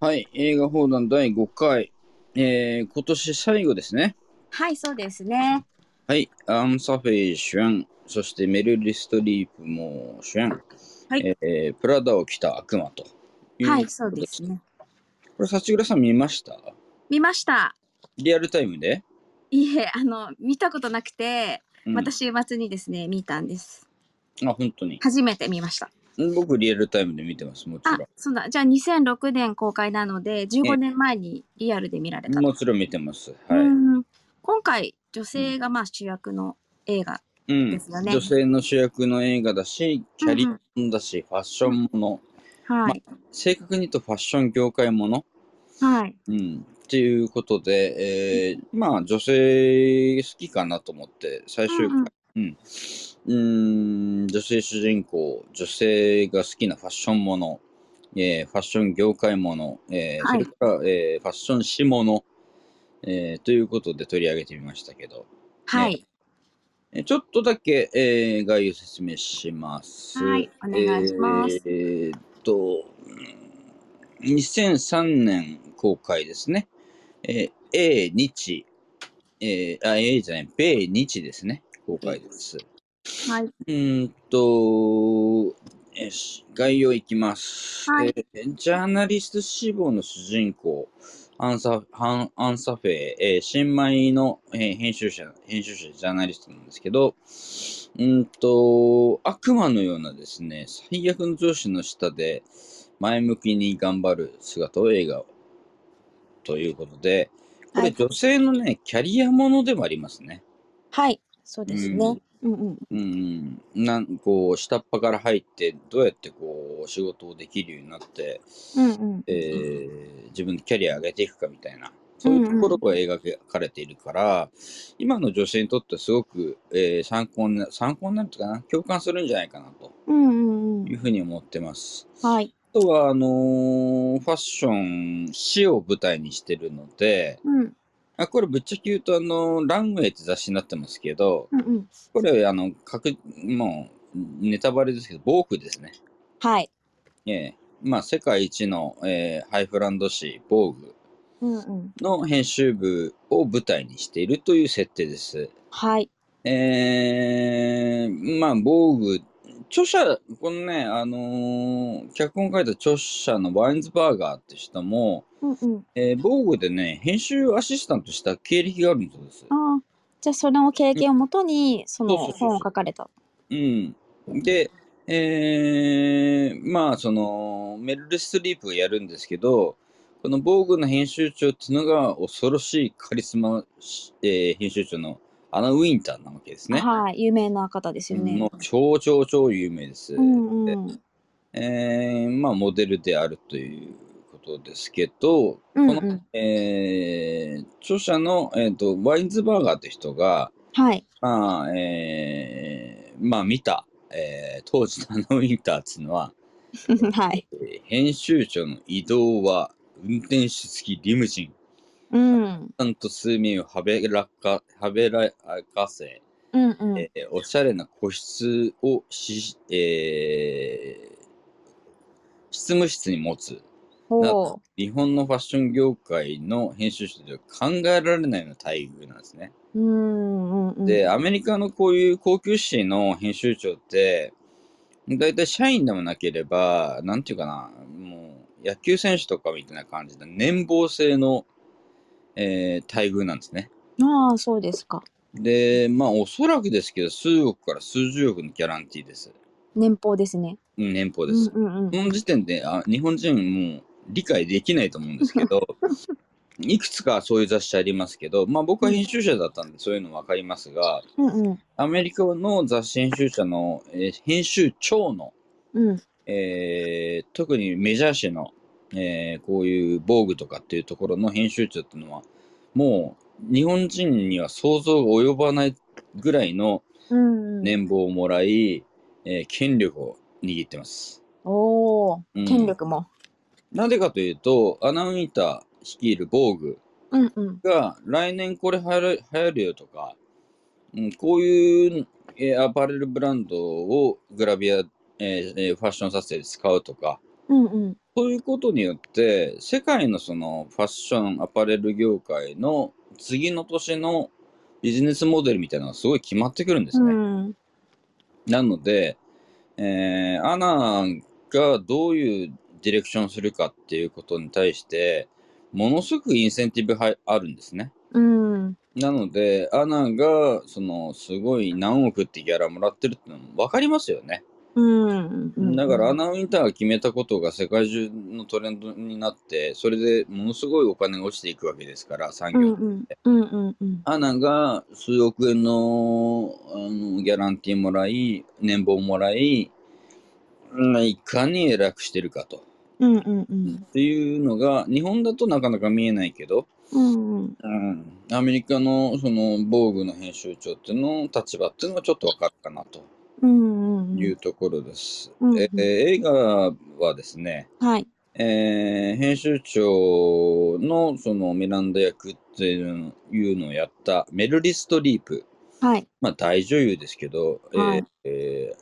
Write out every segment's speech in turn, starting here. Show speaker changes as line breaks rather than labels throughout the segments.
はい、映画放談第5回、えー、今年最後ですね。
はい、そうですね。
はい、アン・サフェイ主演、そしてメルリ・ストリープも主演、
はい
えープラダを着た悪魔という。
はい、そうです。ね。
これ、幸倉さん見ました
見ました。
リアルタイムで、
いえ、あの、見たことなくて、
うん
また週末にですね、見たんです。
あ、本当に。
初めて見ました。
僕、リアルタイムで見てます、もち
あ
ろ、
そうだ。じゃあ2006年公開なので、15年前にリアルで見られた
ん。
と。
もちろん見てます。はい。
うん今回、女性がまあ主役の映画。
うん
ですよね
女性の主役の映画だし、キャリ
うん
コンだし、ファッションもの、
はい。
正確に言うとファッション業界もの。
はい。
うん、っていうことで、えーまあ女性好きかなと思って最終
うんうん
回、うんうーん女性主人公女性が好きなファッションもの、えーファッション業界もの、えー
はい
それから、えーファッション誌もの、えーということで取り上げてみましたけど、
はい。
えーちょっとだけ、えー概要説明します。
はいお願いします
えーっと、うん2003年公開ですね。えー、A 日、えーあ、A じゃない、米日ですね。公開です。
はい。
うーんと、えーし概要いきます、
はい
えージャーナリスト志望の主人公、アンサアンアンサフェイ、えー新米の、えー編集者、編集者、ジャーナリストなんですけど、うーんと、悪魔のようなですね、最悪の上司の下で前向きに頑張る姿を映画をということで、こ
は
れ
い
女性のね、キャリアものでもありますね。
はい。そうですね。うんうん。
うん、なんこう下っ端から入ってどうやってこう仕事をできるようになって、
うんうん。
えー自分のキャリア上げていくかみたいなそういうところが描かれているから、今の女性にとってはすごく、えー参考にな参考になるというかな共感するんじゃないかなと
うんうんう。
いうんふうに思ってます。
はい。
あとはあのーファッション死を舞台にしてるので
うん
あこれぶっちゃけ言うと、あのーランウェイって雑誌になってますけど、
うんうん。
これ、あの、かく、もう、ネタバレですけど、ボークですね。
はい。
ええまあ、世界一の、えーハイフランド誌、ボーグ
うんうん。
の編集部を舞台にしているという設定です。
はい。
えー、まあ、ボーグ、著者、このね、あのー脚本書いた著者のワインズバーガーって人も、
うんうん。
えー、ボーグでね、編集アシスタントした経歴があるんです。
ああ。じゃあその経験をもとに、その
そうそうそう
本を書かれた。
うん。で、えー、まあ、その、メルル・ストリープがやるんですけど、この防具の編集長っていうのが恐ろしいカリスマ、えー編集長のアナ・ウィンターなわけですね。
はい、有名な方ですよね
も。う超超超有名です。
うんうん。
えーまあ、モデルであるということですけど、
うん
この、
うん。
えー著者の、えー、とワインズバーガーって人が、
はい。
まあ、えーまあ見た、えー当時のあのウィンターっていうのは、
はい。
えー編集長の移動は運転手付きリムジン、
うん。
ちゃんと数名をはべらか、はべらかせ、
うんうん。
えーおしゃれな個室をし、えー執務室に持つ。
ほ
日本のファッション業界の編集者では考えられないような待遇なんですね。
う。うんうんうん。
で、アメリカのこういう高級誌の編集長って、だいたい社員でもなければ、なんていうかな、もう野球選手とかみたいな感じで、年俸制の、えー待遇なんですね。
ああ、そうですか。
で、まあ、おそらくですけど、数億から数十億のギャランティーです。
年俸ですね。
うん年俸
う
です
ん。うんうん
こ。の時点であ日本人もう理解できないと思うんですけ どいくつかそういう雑誌ありますけど、まあ、僕は編集者だったんでそういうの分かりますが
うんうん。
アメリカの雑誌編集者の、えー編集長の、
うん。
えー特にメジャー誌の、えーこういう防具とかっていうところの編集長っていうのはもう日本人には想像が及ばないぐらいの
うんうん。
年俸をもらい、えー権力を握ってます。
おお。
うん
権力も。
なぜかというと、アナウンター率いる防具
うんうん。
が来年これ流行る流行るよとか、うん、こういう、えーアパレルブランドをグラビア、えーえーファッション撮影で使うとか、
うんうん。
そういうことによって、世界のそのファッション、アパレル業界の次の年のビジネスモデルみたいなのがすごい決まってくるんです
う
ね。
ん。
なので、えーアナがどういうディレクションするかっていうことに対して、ものすごくインセンティブはあるんですね。
うん。
なので、アナが、その、すごい何億ってギャラもらってるってのも分かりますよね。
うん。
だから、アナ・ウィンターが決めたことが世界中のトレンドになって、それでものすごいお金が落ちていくわけですから、産
う
業
んうん。うんうんうん。
アナが数億円のあのギャランティーもらい、年俸もらい、うんいかに偉くしてるかと。
うんうんうん。
っていうのが、日本だとなかなか見えないけど、
うんう
う
ん。
ん、アメリカのその防具の編集長っていうの立場っていうのはちょっとわかるかなと
うんうん
いううところです。
うん
えー映画はですね、
ん。はい。
えー編集長のそのミランダ役っていうのをやったメルリストリープ。
はい。
まあ、大女優ですけど、えー
はい
え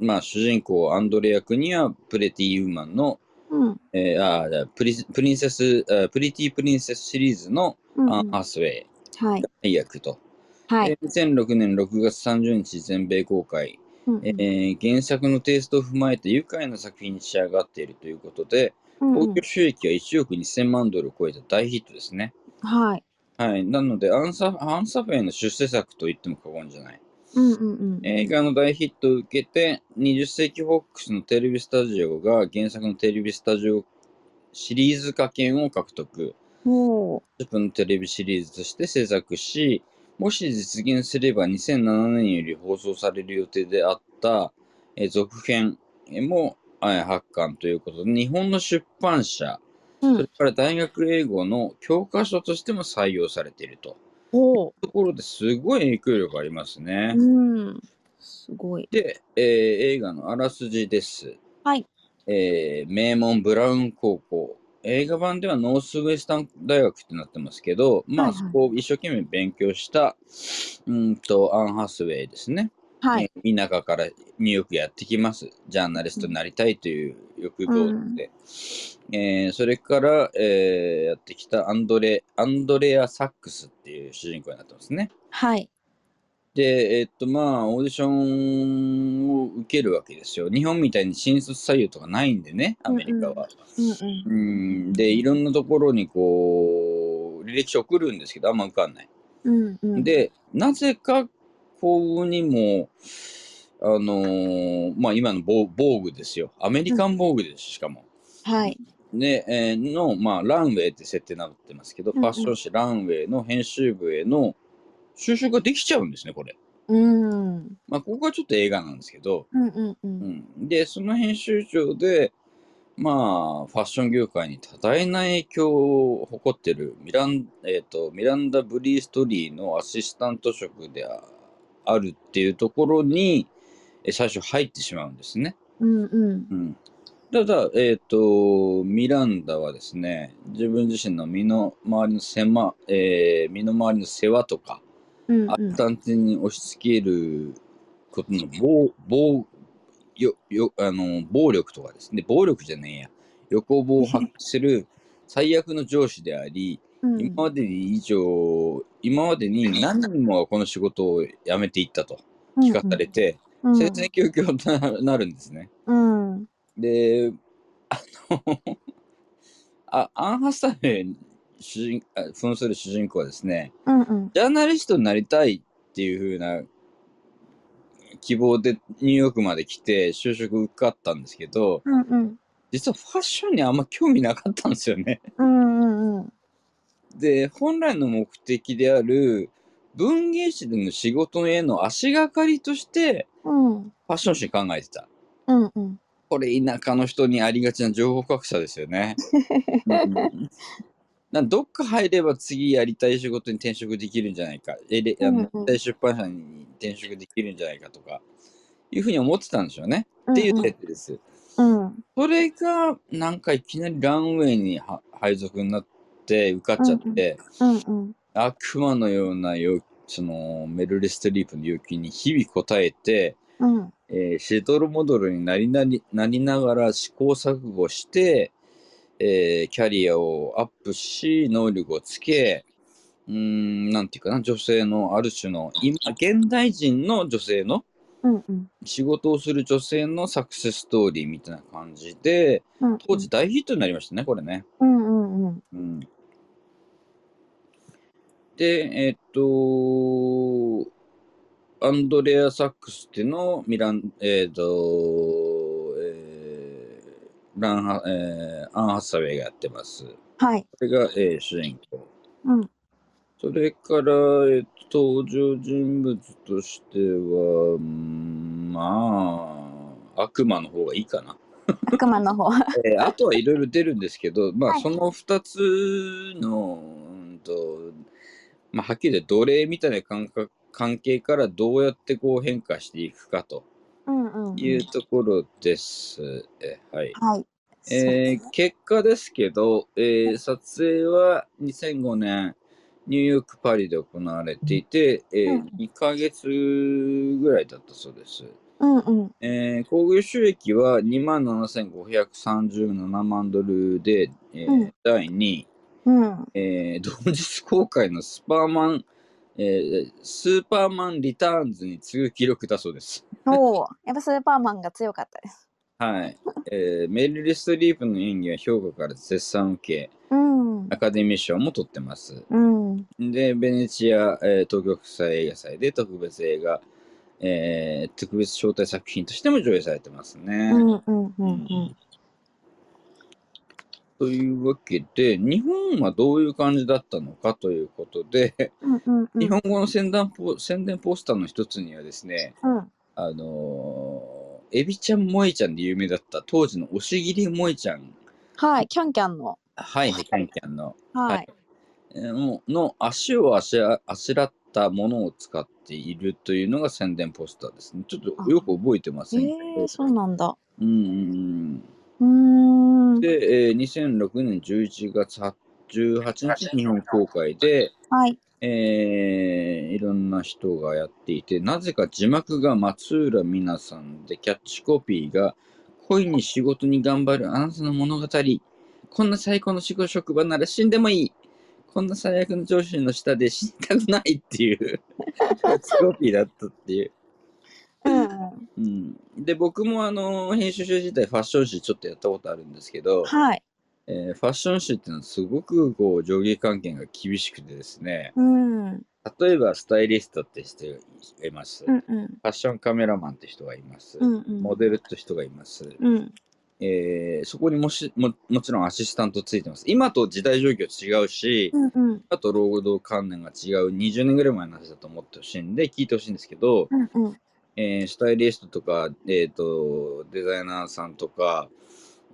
ーまあ、主人公アンドレ役にはプレティウーマンの、
うん。
えーあーじゃあプリプリンセスあープリティプリンセスシリーズの
うん
ア
う
ン・
ん。
ハースウェ
はい。
イ役と、
はい
え。ー2006年6月30日全米公開、
うんうん
えー原作のテイストを踏まえて愉快な作品に仕上がっているということで
うんう
興
ん
行収益は1億2000万ドルを超えた大ヒットですね。
はい。
はい、なのでアンサ、アンサフェイの出世作と言っても過言じゃない。
うんうんうん。
映画の大ヒットを受けて、20世紀フォックスのテレビスタジオが原作のテレビスタジオシリーズ化権を獲得。
おー
10分のテレビシリーズとして制作し、もし実現すれば2007年より放送される予定であった、えー続編もえー発刊ということで、日本の出版社、
う
それ
ん。
から大学英語の教科書としても採用されていると。
おー
ところですごい影響力ありますね。
うん。すごい。
で、えー映画のあらすじです。
はい。
えー名門ブラウン高校。映画版ではノースウェスタン大学ってなってますけど、ま
は
あ
いは
そ
い
こを一生懸命勉強した、うーんと、アン・ハスウェイですね。
はい。
えー田舎からニューヨークやってきます。ジャーナリストになりたいという欲望で。えーそれから、えーやってきたアンドレ、アンドレア・サックスっていう主人公になってますね。
はい。
で、えっと、まあ、オーディションを受けるわけですよ。日本みたいに新卒採用とかないんでね、アメリカは。
うんうん。
うんで、いろんなところにこう、履歴書送るんですけど、あんま受かんない。
うんうん。、
で、なぜか幸運にも、あのーまあ、今の防防具ですよ。アメリカン防具です、しかも。
はい。
で、えーの、まあ、ランウェイって設定になってますけど、
うんうん
ファッション誌ランウェイの編集部への就職ができちゃうんですね、これ。
うん。うん
まあ、ここはちょっと映画なんですけど、
うんう。
うんん、で、その編集長で、まあ、ファッション業界に多大な影響を誇ってるミラン、えっとミランダ・ブリーストリーのアシスタント職でああるっていうところに、え最初入ってしまうんですね。
うんうん。
うん、ただ、えっと、ミランダはですね、自分自身の身の回りの狭、えー身の回りの世話とか、
うん
あ
うん。
断定に押し付けることの暴暴よよあの暴力とかですね、暴力じゃねえや、横暴を発揮する最悪の上司であり、
うん
今までに以上、今までに何人もがこの仕事を辞めていったと聞かされて、
うん
戦々恐々とななるんですね。
うん。
で、あの あアン・ハサウェイ主人あ扮する主人公はですね、
うんうん。
ジャーナリストになりたいっていう風な希望でニューヨークまで来て就職受かったんですけど、
うんうん。
実はファッションにあんま興味なかったんですよね。
うんうん。
で、本来の目的である文芸誌での仕事への足がかりとして
うん
ファッション誌考えてた。
うんうん。
これ田舎の人にありがちな情報格差ですよ ね。うんなんどっか入れば次やりたい仕事に転職できるんじゃないか、えれあの
うんうん
やりたい出版社に転職できるんじゃないかとか、いうふうに思ってたんでしょうね。っていう設定です。
うん
それが、なんかいきなりランウェイには配属になって受かっちゃって、
うんうん。
悪魔のような要そのメルリストリープの要求に日々応えて、
ううん。
えーシトルモドルになりなりなりながら試行錯誤して、えーキャリアをアップし能力をつけうーんなんていうかな女性のある種の今現代人の女性の
うんうん。
仕事をする女性のサクセスストーリーみたいな感じで
うんうん
当時大ヒットになりましたねこれね。
うんうんうん。
うん、でえっとアンドレア・サックスっていうのミランえっ、と、えーランハえーアン・ハッサウェイがやってます。
はい。
これが、えー主人公。
うん。
それから、えっと登場人物としては、うーんまあ、悪魔の方がいいかな。
悪魔の方。
えーあとはいろいろ出るんですけど、まあ、
はい
その2つの、うんとまあ、はっきり言って奴隷みたいな感覚関係からどうやってこう変化していくかと
うんうんうん。
いうところです。えはい
はい。
えー結果ですけど、えー撮影は2005年ニューヨーク・パリで行われていて、え
うん
2ヶ月ぐらいだったそうです。
うんうん。
えー、興行収益は2万7537万ドルで、えー
うん
第2位、
うん。
えー同日公開のスパーマン、えースーパーマンリターンズに次ぐ記録だそうです。
おお。やっぱスーパーマンが強かったです。
はい。えーメリル・ストリープの演技は評価から絶賛を受け、
うん。
アカデミー賞も取ってます。
うん。
で、ベネチア、えー東京国際映画祭で特別映画、えー特別招待作品としても上映されてます
う
ね。
んうんうんうん。
というわけで日本はどういう感じだったのかということで、
うんうんうん。
日本語の宣伝ポ宣伝ポスターの一つにはですね
うん。
あのーエビちゃん萌えちゃんで有名だった当時の押切萌えちゃん
はい。キャンキャンの。
はいキャンキャンの,、
は
はい
い。
えーもうの足をあしらあしらったものを使っているというのが宣伝ポスターですねちょっとよく覚えてま
え
せんけど、
えー、そうなんだ。
うんうんうん
うーん。
で、えー2006年11月18日日本公開で、
はい。
えーいろんな人がやっていて、なぜか字幕が松浦美奈さんで、キャッチコピーが、恋に仕事に頑張るあなたの物語。こんな最高の仕事職場なら死んでもいい。こんな最悪の上司の下で死にたくないっていうキャッチコピーだったっていう。
うんうん。
うん、で、僕もあの、編集者自体ファッション誌ちょっとやったことあるんですけど、
はい。
えーファッション誌っていうのはすごくこう、上下関係が厳しくてですね、
うん。うん
例えばスタイリストって人がいます、
う
フ
ん。うん
ァッションカメラマンって人がいます、
うん。
モデルって人がいます、
うん。
えーそこにもしももちろんアシスタントついてます今と時代状況違うし、
うんうん。
あと労働観念が違う20年ぐらい前の話だと思ってほしいんで聞いてほしいんですけど、
うんうん。
えースタイリストとか、えー、とデザイナーさんとか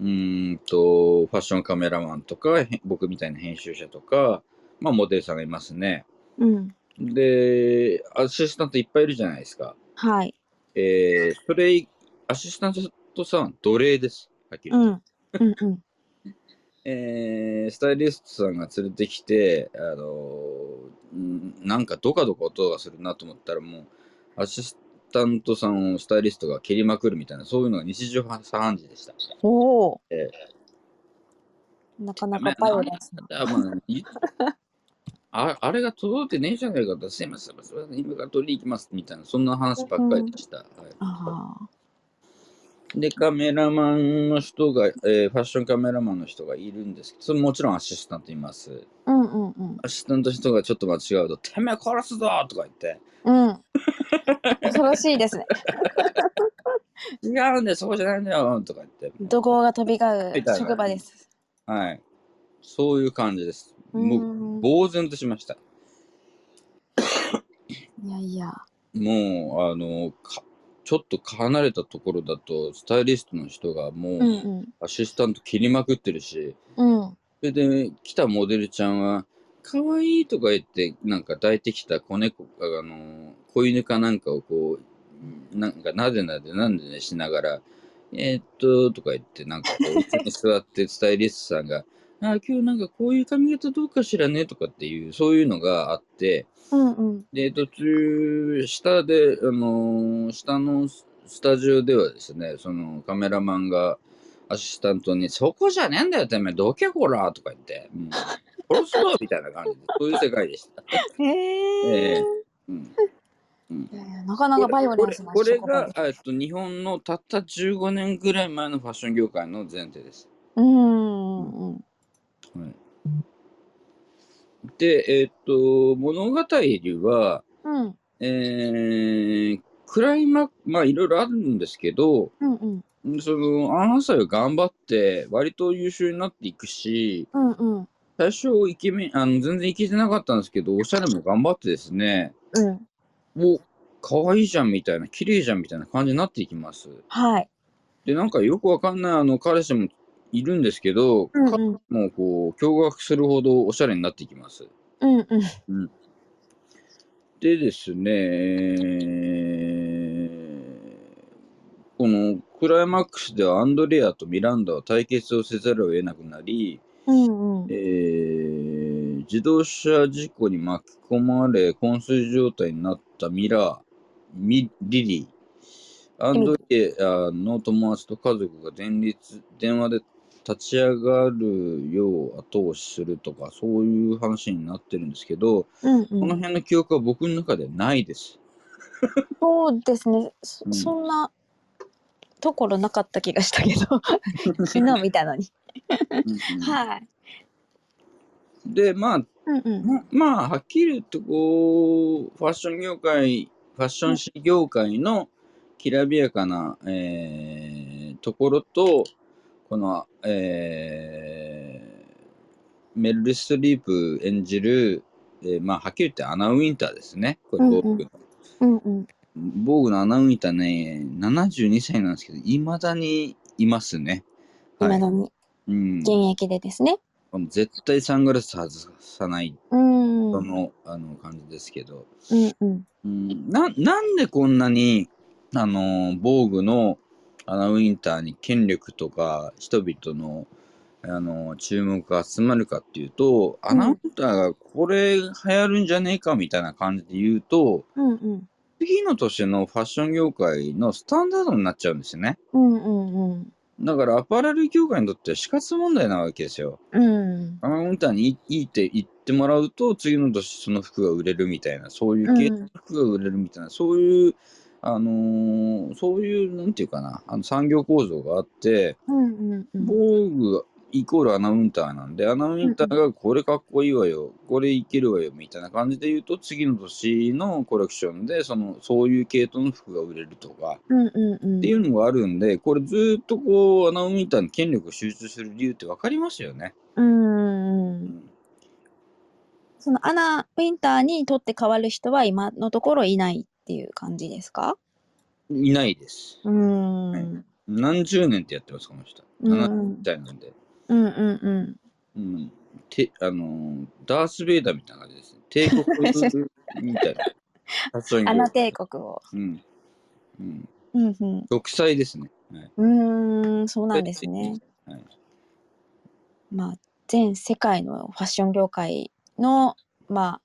うーんとファッションカメラマンとかへ僕みたいな編集者とか、まあ、モデルさんがいますね。
うん。
で、アシスタントいっぱいいるじゃないですか。
はい。
えー、それ、アシスタントさんは奴隷です。はっきり
う
言って
ん。うんうん。
えースタイリストさんが連れてきて、あのーんなんかドカドカ音がするなと思ったら、もう、アシスタントさんをスタイリストが蹴りまくるみたいな、そういうのが日常茶飯事でした。
おお
え。
なかなかバイオレンスな。
あまあいああれが届いてねえじゃないかと、すいません、すいません、今から取りに行きますみたいな、そんな話ばっかりでした。はい
ああ。
で、カメラマンの人が、えーファッションカメラマンの人がいるんですけど、それもちろんアシスタントいます。
うんうんうん。
アシスタントの人がちょっと間違うと、てめえ殺すぞとか言って、
うん。恐ろしいですね。
違うんだよ、そうじゃないんだよとか言って、
怒号が飛び交う職場です。
はい。そういう感じです。
う
もう、
ん
呆然としました。
いやいや。
もう、あの、かちょっと離れたところだと、スタイリストの人がも
う
う、
ん
アシスタント切りまくってるし、
うん。うん。
それで来たモデルちゃんは、可愛いとか言って、なんか抱いてきた子猫、あの、子犬かなんかをこう、なんかなでなでなんでねしながら、えーっと、とか言って、なんかこう、椅子に座ってスタイリストさんが、あー今日なんかこういう髪型どうかしらねとかっていう、そういうのがあって、
うんうん。
で、途中、下で、あのー下のスタジオではですね、そのカメラマンがアシスタントに、そこじゃねえんだよ、てめえ、どけこらとか言って、 うん、殺すぞみたいな感じで、そういう世界でした。
へえ
ええうんうん
いやいやなかなかバイオレンスな
これこ
職場
れが
で、
えっと、日本のたった15年ぐらい前のファッション業界の前提です。
うーんうん
はい、で、えっと、物語は、
うん
えー、クライマックまあいろいろあるんですけど、
うんうん
その、アナウンサーが頑張って、割と優秀になっていくし、
うんうん
最初、イケメン、あの、全然イケてなかったんですけど、おしゃれも頑張ってですね、
うん
お、可愛いじゃんみたいな、綺麗じゃんみたいな感じになっていきます。
はい
で、なんかよくわかんない、あの、彼氏もいるんですけど、
うん
か
うん
もうこう、驚愕するほどおしゃれになっていきます。
うんうん
でですね、えーこのクライマックスではアンドレアとミランダは対決をせざるを得なくなり、
うんうん
えー自動車事故に巻き込まれ、昏睡状態になったミラー、ミリリー、アンドレアの友達と家族が電立電話で立ち上がるよう後押しするとか、そういう話になってるんですけど、
うん
こ
う
の
ん
辺の記憶は僕の中ではないです。
そうですねそ
うん
そんなところなかった気がしたけど昨日見たのに はい
で、まあ、
うんうん
ままあ、はっきり言って、こう、ファッション業界、ファッション誌業界のきらびやかな、えーところと、この、えーメルル・ストリープ演じる、えーまあ、はっきり言ってアナ・ウィンターですね。これ、
うんうん
僕の
うんうん
防具のアナウンターね、72歳なんですけど、いまだにいますね。は
今
い。
のに
うん、
現役でですね
絶対サングラス外さない、
うん
そうのあの感じですけど、
んうん
うん、ななんでこんなに、あの防具のアナウンターに権力とか人々の、あの注目が集まるかっていうと、アナウンターがこれ流行るんじゃねえかみたいな感じで言うと、
うんうん
次の年のファッション業界のスタンダードになっちゃうんですよね。
うんうん
だからアパレル業界にとっては死活問題なわけですよ。
うんうん
アナウンターにいいいって言ってもらうと、次の年その服が売れるみたいな、そういう系の服が売れるみたいな、そういう、あのーそういう、なんていうかな、あの産業構造があって、
うんうんうん
防具イコールアナウンターなんで、アナウンターがこれかっこいいわよ、これいけるわよ、みたいな感じで言うと、次の年のコレクションで、その、そういう系統の服が売れるとか、
うんうんうん
っていうのがあるんで、これずーっとこう、アナウンターに権力を集中する理由ってわかりますよね。
うんう
うんん
そのアナ・ウィンターにとって変わる人は今のところいないっていう感じですか
いないです。
うーんうん
何十年ってやってます、この人。
うん
70代なんで。
うんうん
うん。て、あのーダース・ベイダーみたいな感じですね。帝国みたい な。ファッション業
アナ帝国を
うん。うん。
うんうん
独裁ですね。はい。
うーんそうなんですね。
はい。
まあ全世界のファッション業界のまあ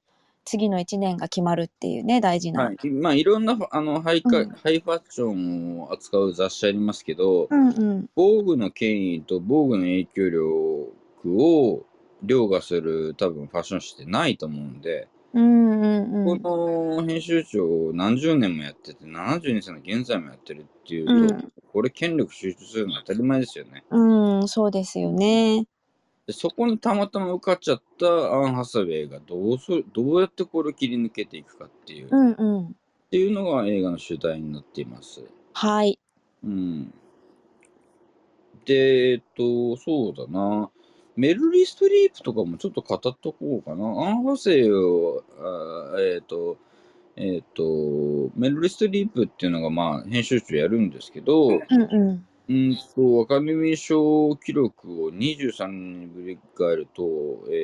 次の1年が決まるっていうね大事な、
はい、まあ、いろんなファあのハイカ、
うん
ハイファッションを扱う雑誌ありますけど、
うんうん
防具の権威と防具の影響力を凌駕する多分ファッション誌ってないと思うんで、
うんうんうん
この編集長を何十年もやってて、72歳の現在もやってるっていうと、
うん
これ権力集中するのは当たり前ですよね。
うんそうですよね
でそこにたまたま受かっちゃったアン・ハサウェイがどうするどうやってこれを切り抜けていくかっていう、
う
っ
んうん
ていうのが映画の主題になっています。
はい
うん。で、えっと、そうだな。メルリー・ストリープとかもちょっと語っとこうかな。アン・ハセイを、あーえっと、えっと、メルリー・ストリープっていうのが、まあ、編集長やるんですけど、う
うんうん
んと、アカデミー賞記録を23年に振り返ると、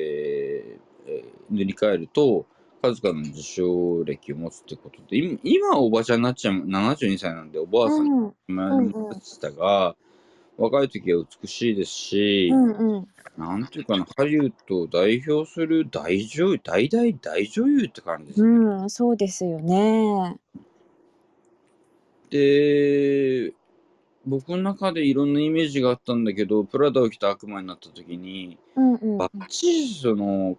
えーえー塗り替えると、数々の受賞歴を持つってことで、今、今はおばちゃんになっちゃう、72歳なんで、おばあさん
うん
前にも言ってたが、若い時は美しいですし
う、んうん
なんていうかな、ハリウッドを代表する大女優、大大大女優って感じですね。
うん、そうですよね。
で、僕の中でいろんなイメージがあったんだけど、プラダを着た悪魔になった時に、
うんうん
バッチリその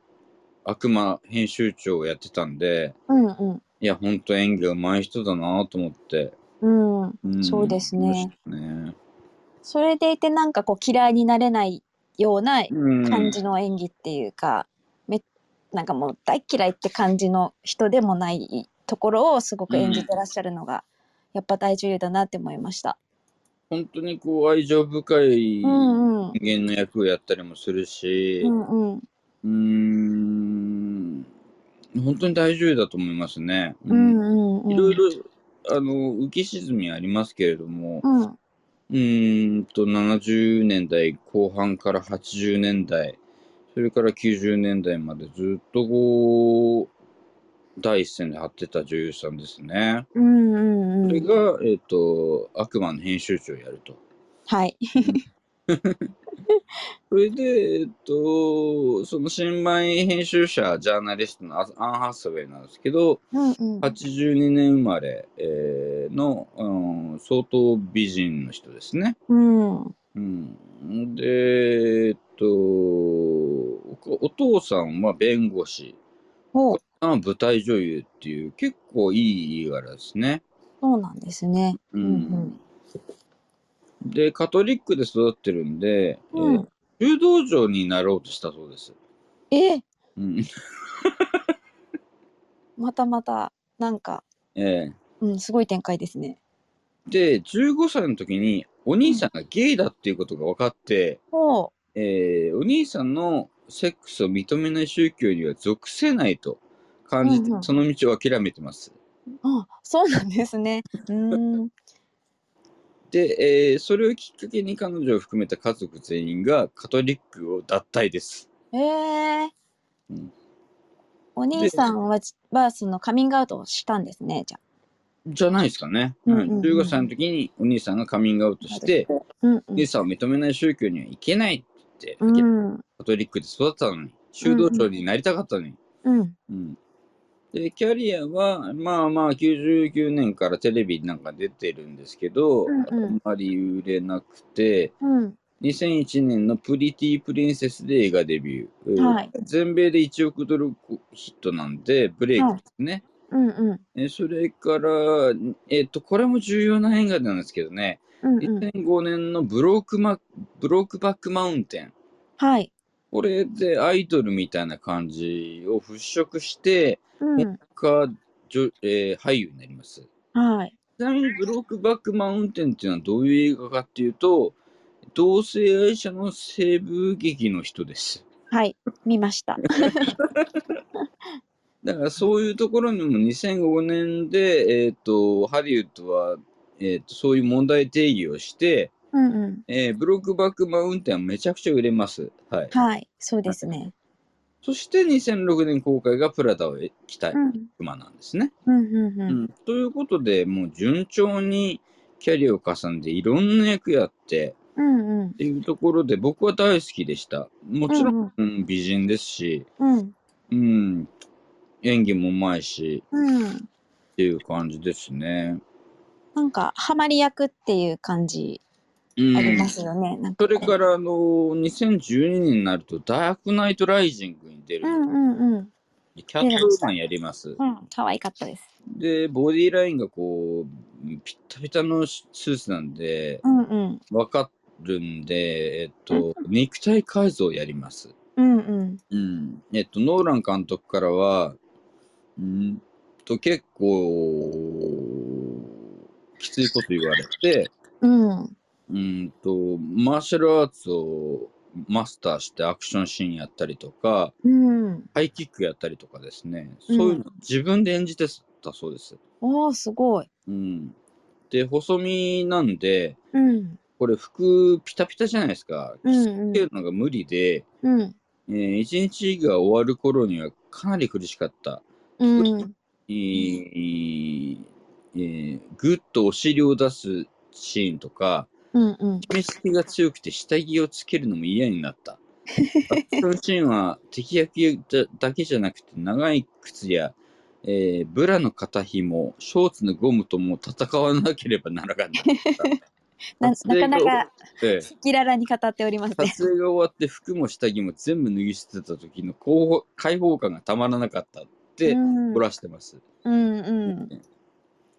悪魔編集長をやってたんで、
うん
いや、ほんと演技が上手い人だなと思って。
うんうん
ん
そうですね
思いましたね
それでいてなんかこう嫌いになれないような
うん、
感じの演技っていうか、めなんかもう大嫌いって感じの人でもないところをすごく演じてらっしゃるのが、やっぱ大女優だなって思いました。
本当にこう愛情深い人
うんうん
間の役をやったりもするし、
うんうん
うーん本当に大女優だと思いますね。
う
うん
んうん
いろいろあの浮き沈みありますけれども、
うんうん
うーんと70年代後半から80年代、それから90年代までずっとこう第一線で張ってた女優さんですね。
うんう
そ
んう
れ
ん
が、えっと悪魔の編集長をやると。
はい。
それで、えっと、その新米編集者、ジャーナリストのアアン・ハッサウェイなんですけど、
うんうん
82年生まれ、えーの、うん、相当美人の人ですね。
うん
うん、で、えっとお、お父さんは弁護士、
お
あ舞台女優っていう、結構いい家柄ですね。
そうなんですね。うん
で、カトリックで育ってるんで、
う
えー
ん。
柔道場になろうとしたそうです。
え
うん、
またまたなんか、
えー
うん、すごい展開ですね。
で15歳の時にお兄さんがゲイだっていうことが分かって、
おう
えーお兄さんのセックスを認めない宗教には属せないと感じて、
うんうん
その道を諦めてます。
あそうなんです ね。うん
で、えーそれをきっかけに彼女を含めた家族全員がカトリックを脱退です。
えー
うん
お兄さんはじはそのカミングアウトをしたんですねじゃ
じゃないですかね。
うん
はい
うんうん
15歳の時にお兄さんがカミングアウト
あ。
して、
うん
お兄さんを認めない宗教には行けないって、
うんうん
カトリックで育ったのに、修道長になりたかったのに、
うん
うんで、キャリアは、まあまあ、99年からテレビなんか出てるんですけど、
うんうん
あんまり売れなくて、
うん
2001年のプリティプリンセスで映画デビュー。
はい
全米で1億ドルヒットなんで、ブレイクですね。
うんうん
えそれから、えっと、これも重要な映画なんですけどね、
うんうん
2005年のブロークマブロークバックマウンテン。
はい
これでアイドルみたいな感じを払拭して、
うん
が女、えー俳優になります。
はい
ちなみに、ブロックバックマウンテンっていうのはどういう映画かっていうと、同性愛者の西部劇の人です。
はい見 ました。
だからそういうところにも2005年で、えっとハリウッドは、えっとそういう問題定義をして、
うんうん
えーブロックバックマウンテンはめちゃくちゃ売れます。はい、
はいそうですね。
そして2006年公開がプラダを着た
うん
馬なんですね。
うんうんうん
ということでもう順調にキャリアを重ねていろんな役やって
うんうん
っていうところで僕は大好きでしたもちろん、
うん
うん美人ですし、
うん
うん、演技もうまいし
うん
っていう感じですね、
なんかハマり役っていう感じ
うん、
ありますよね。なん
そ
か
れからあの2012年になると「ダークナイトライジング」に出る、
うんうんうん
キャットウーマンやります
うん可愛かったです。
でボディラインがこうピッタピタのスーツなんで
うんうん
わかるんで、えっと、肉体改造をやります。
うんうん
うん。えっと、ノーラン監督からは、うんと、結構、きついこと言われて、
うん
うんと、マーシャルアーツをマスターしてアクションシーンやったりとか、
うん
ハイキックやったりとかですね、そういうの自分で演じてたそうです。
おおすごい。
うん。で、細身なんで、
うん
これ服ピタピタじゃないですか。
うんうん
着るのが無理で、
うん
えー一日が終わる頃にはかなり苦しかった。
うん
えーえーぐっとお尻を出すシーンとか、
うんうん
締め付けが強くて下着をつけるのも嫌にな った。アクションシーンは敵役だだけじゃなくて長い靴やえーブラの肩紐、ショーツのゴムとも戦わなければならなかった。
ななかなか
撮 影が終わって
赤裸々に語っておりますね。
撮影が終わって服も下着も全部脱ぎ捨てた時のこう開放感がたまらなかったって
うん
漏らしてます。
うんうん。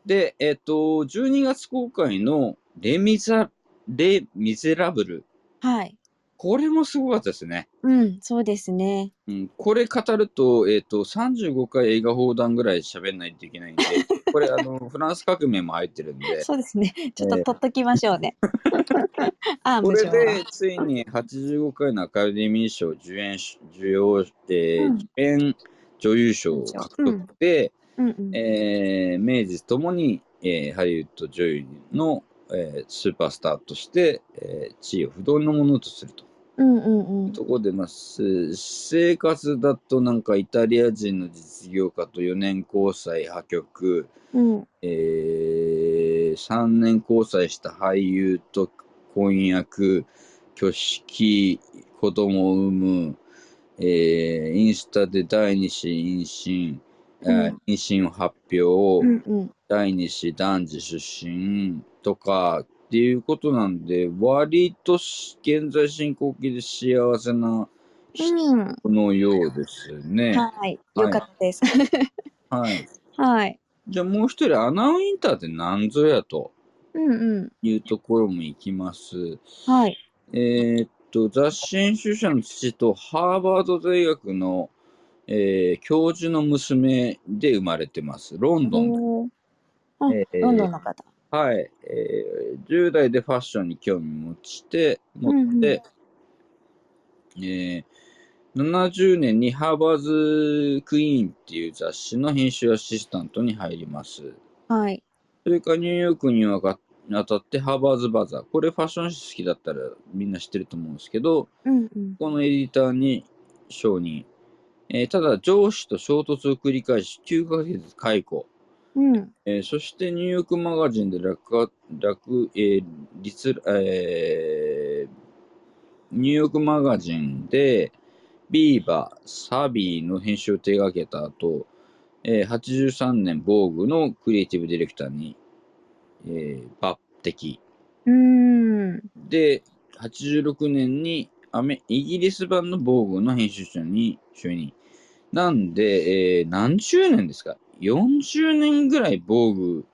で、えっ、と、12月公開のレミザ、レ・ミゼラブル。
はい。
これもすごかったですね。
うん、そうですね。
うん、これ語ると、えっ、と、35回映画放談ぐらい喋んないといけないんで、これ、あの、 フランス革命も入ってるんで、
そうですね。ちょっと取っときましょ うね。あー
こ
無
れ
償
でついに85回のアカデミー賞受演し、受賞して、
うん
主演女優賞を獲得で、
うんうん。
えー名実ともに、えーハリウッド女優の、えースーパースターとして、えー地位を不動のものとすると。
うんうんうん。
とこでます生活だとなんかイタリア人の実業家と4年交際破局、
うん
えー3年交際した俳優と婚約挙式子供を産む、えーインスタで第2子妊娠、あ
うん
妊娠を発表、
うんうん。
第2子男児出身とかっていうことなんで割とし現在進行形で幸せな
うん。
人のようですね。
はい。よかったです。
はい、
はい。
じゃあもう一人アナウンターって何ぞやと
うんうん。
いうところもいきます。
はい。
えーっと雑誌編集者の父とハーバード大学の、えー教授の娘で生まれてます。ロンドンで。
おーあ
えー
ロンドンの方。
はい、えー10代でファッションに興味持ちて持って、えー70年にハーバーズ・クイーンっていう雑誌の編集アシスタントに入ります。
はい。
それからニューヨークにはが当たってハーバーズ・バザー。これファッション誌好きだったらみんな知ってると思うんですけど、
うんうん。
このエディターに承認。えーただ上司と衝突を繰り返し9ヶ月解雇。
うん。
えーそしてニューヨークマガジンで落下落、えー立えーニューヨークマガジンでビーバー、サビーの編集を手掛けた後、えー83年、防具のクリエイティブディレクターに、えー抜擢。
うん。
で、86年にアメイギリス版の防具の編集長に就任。なんで、えー何十年ですか ?40 年ぐらい防具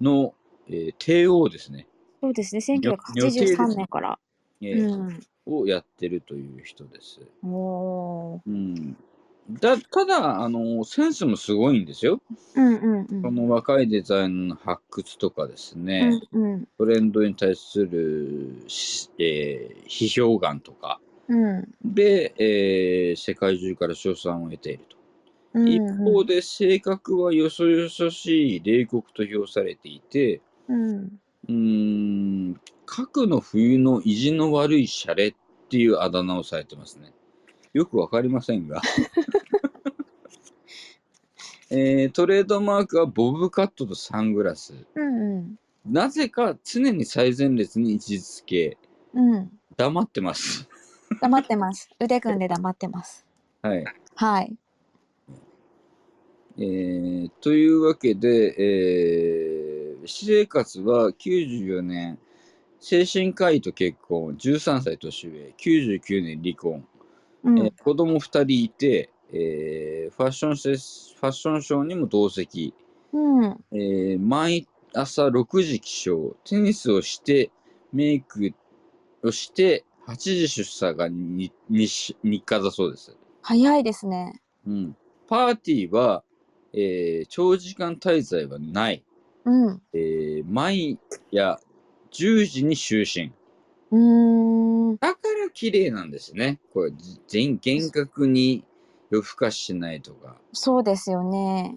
の、えー帝王ですね、
そうですね。
よ予定です
1983年から。
え
う
ー
ん。
をやってるという人です。
おー
うん、だただあの、センスもすごいんですよ。
うんうんうん。
この若いデザインの発掘とかですね、
うんうん
トレンドに対するし、えー批評眼とか、
うん
で、えー世界中から称賛を得ていると。
うん
一方で、性格はよそよそしい冷酷と評されていて、
うん
うーん、核の冬の意地の悪いシャレっていうあだ名をされてますね。よくわかりませんが。 えートレードマークはボブカットとサングラス。
うん
なぜか常に最前列に位置づけ、
うんうん
黙ってます。
黙ってます腕組んで黙ってます
はい。
はい
えーというわけで、えー私生活は94年、精神科医と結婚、13歳年上、99年離婚、
うん
えー子供2人いて、えーファッションセスファッションショーにも同席、
うん
えー毎朝6時起床、テニスをして、メイクをして、8時出社がに日日課だそうです。
早いですね
うん、パーティーは、えー長時間滞在はない、
うん
えー毎夜10時に就寝
うーん
だから綺麗なんですねこれじ全厳格に夜更かししないとか
そうですよね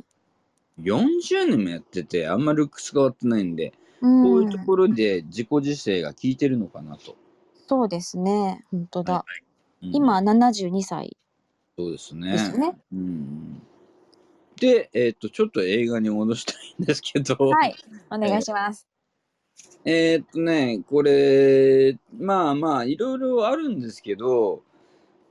40年もやっててあんまルックス変わってないんで、
う
こうんいうところで自己自制が効いてるのかなと、
そうですね本当だ
うん
今72歳
そうですね
ですね
うん、で、えっとちょっと映画に戻したいんですけど、
はいお願いします
えーっとね、これ、まあまあ、いろいろあるんですけど、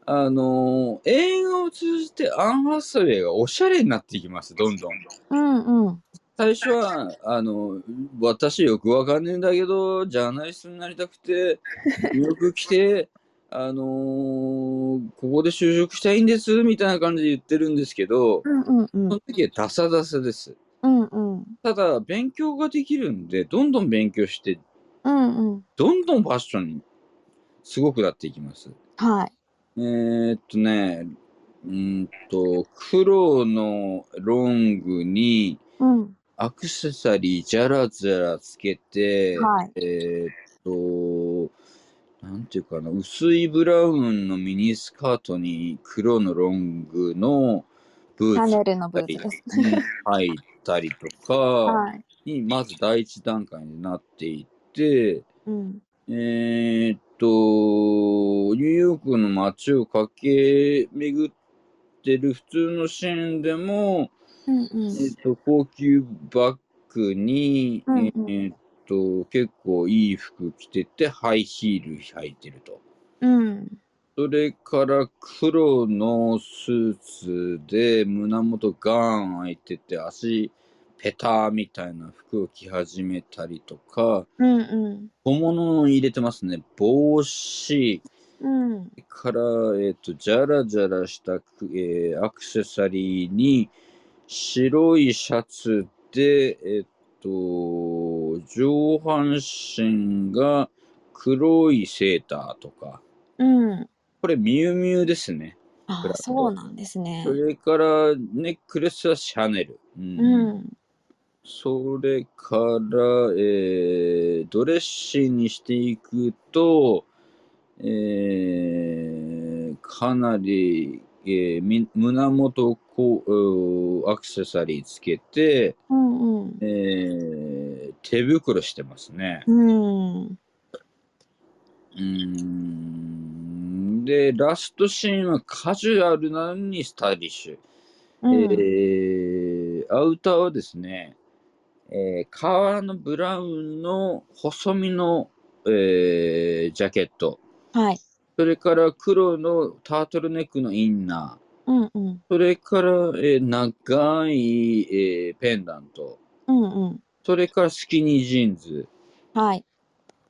あのー映画を通じてアン・ハサウェイがおしゃれになっていきます、どんどん。
うんうん
最初は、あの、私よくわかんねえんだけど、ジャーナリストになりたくて、よく来て、あのーここで就職したいんです、みたいな感じで言ってるんですけど、
うんうんう
そ
ん
の時はダサダサです。
うんうん
ただ、勉強ができるんで、どんどん勉強して、
うんうん
どんどんファッションに、すごくなっていきます。
は
え
い
ー、っとね、うーんと、黒のロングに、
うん
アクセサリーじゃらじゃらつけて、
はい
えーっと、なんていうかな、薄いブラウンのミニスカートに黒のロングのブ
シャ
ーツ
ネルのブーツです
入ったりとか
はい
に、まず第一段階になっていって、
うん
えーっと、ニューヨークの街を駆け巡ってる普通のシーンでも、
うん
えーっと、高級バッグに、
うんうん
えーっと、結構いい服着てて、ハイヒール履いてると。
うんうん
それから黒のスーツで胸元ガーン開いてて、足ペターみたいな服を着始めたりとか、
うんうん
小物を入れてますね。帽子、
うん
から、えっ、と、じゃらじゃらしたく、えーアクセサリーに、白いシャツで、えっ、と、上半身が黒いセーターとか、
うん
これ、ミュウミュウですね。
あ
ブランド
そうなんですね
それから、ネックレスはシャネル。うん
うん
それから、えードレッシーにしていくと、えーかなり、えーみ胸元をこううーアクセサリーつけて、
うんうん
えー手袋してますね。
うん
うーんで、ラストシーンはカジュアルなのにスタイリッシュ。
うん
えーアウターはですね、えー革のブラウンの細身の、えージャケット、
はい
それから黒のタートルネックのインナー、
うんうん
それから、えー長い、えーペンダント、
うんうん
それからスキニージーンズ。
はい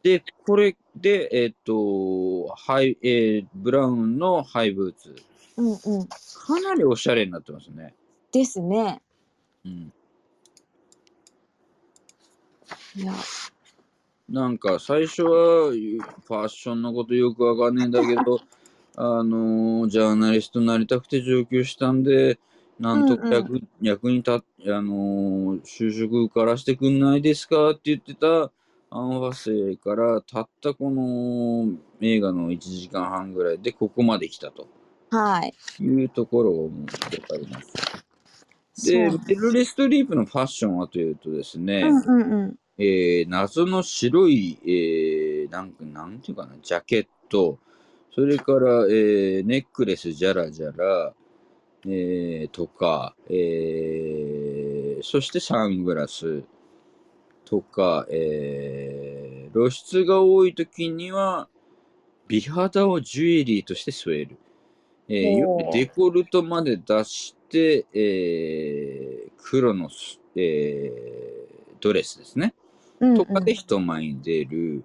で、これで、えーっと、ハイ、えーブラウンのハイブーツ。
うんうん
かなりおしゃれになってますね。
ですね
うん。
いや
なんか最初はゆファッションのことよくわかんねえんだけ ど、あのージャーナリストになりたくて上級したんで、なんとか役,、役に立っ、あのー就職受からしてくんないですかって言ってたアンファセから、たったこの映画の1時間半ぐらいでここまで来たと
はい
いうところを思っております。
そう
で、
なん
メルリストリープのファッションはというとですね、
うんうんうん
えー謎の白い、えーなんかなんていうかな、ジャケット、それから、えーネックレス、じゃらじゃら、えーとか、えーそしてサングラスとか、えー露出が多い時には、美肌をジュエリーとして添える。えー
おー
よくデコルトまで出して、えー黒のス、えードレスですね。
うん
とかで人前に出る、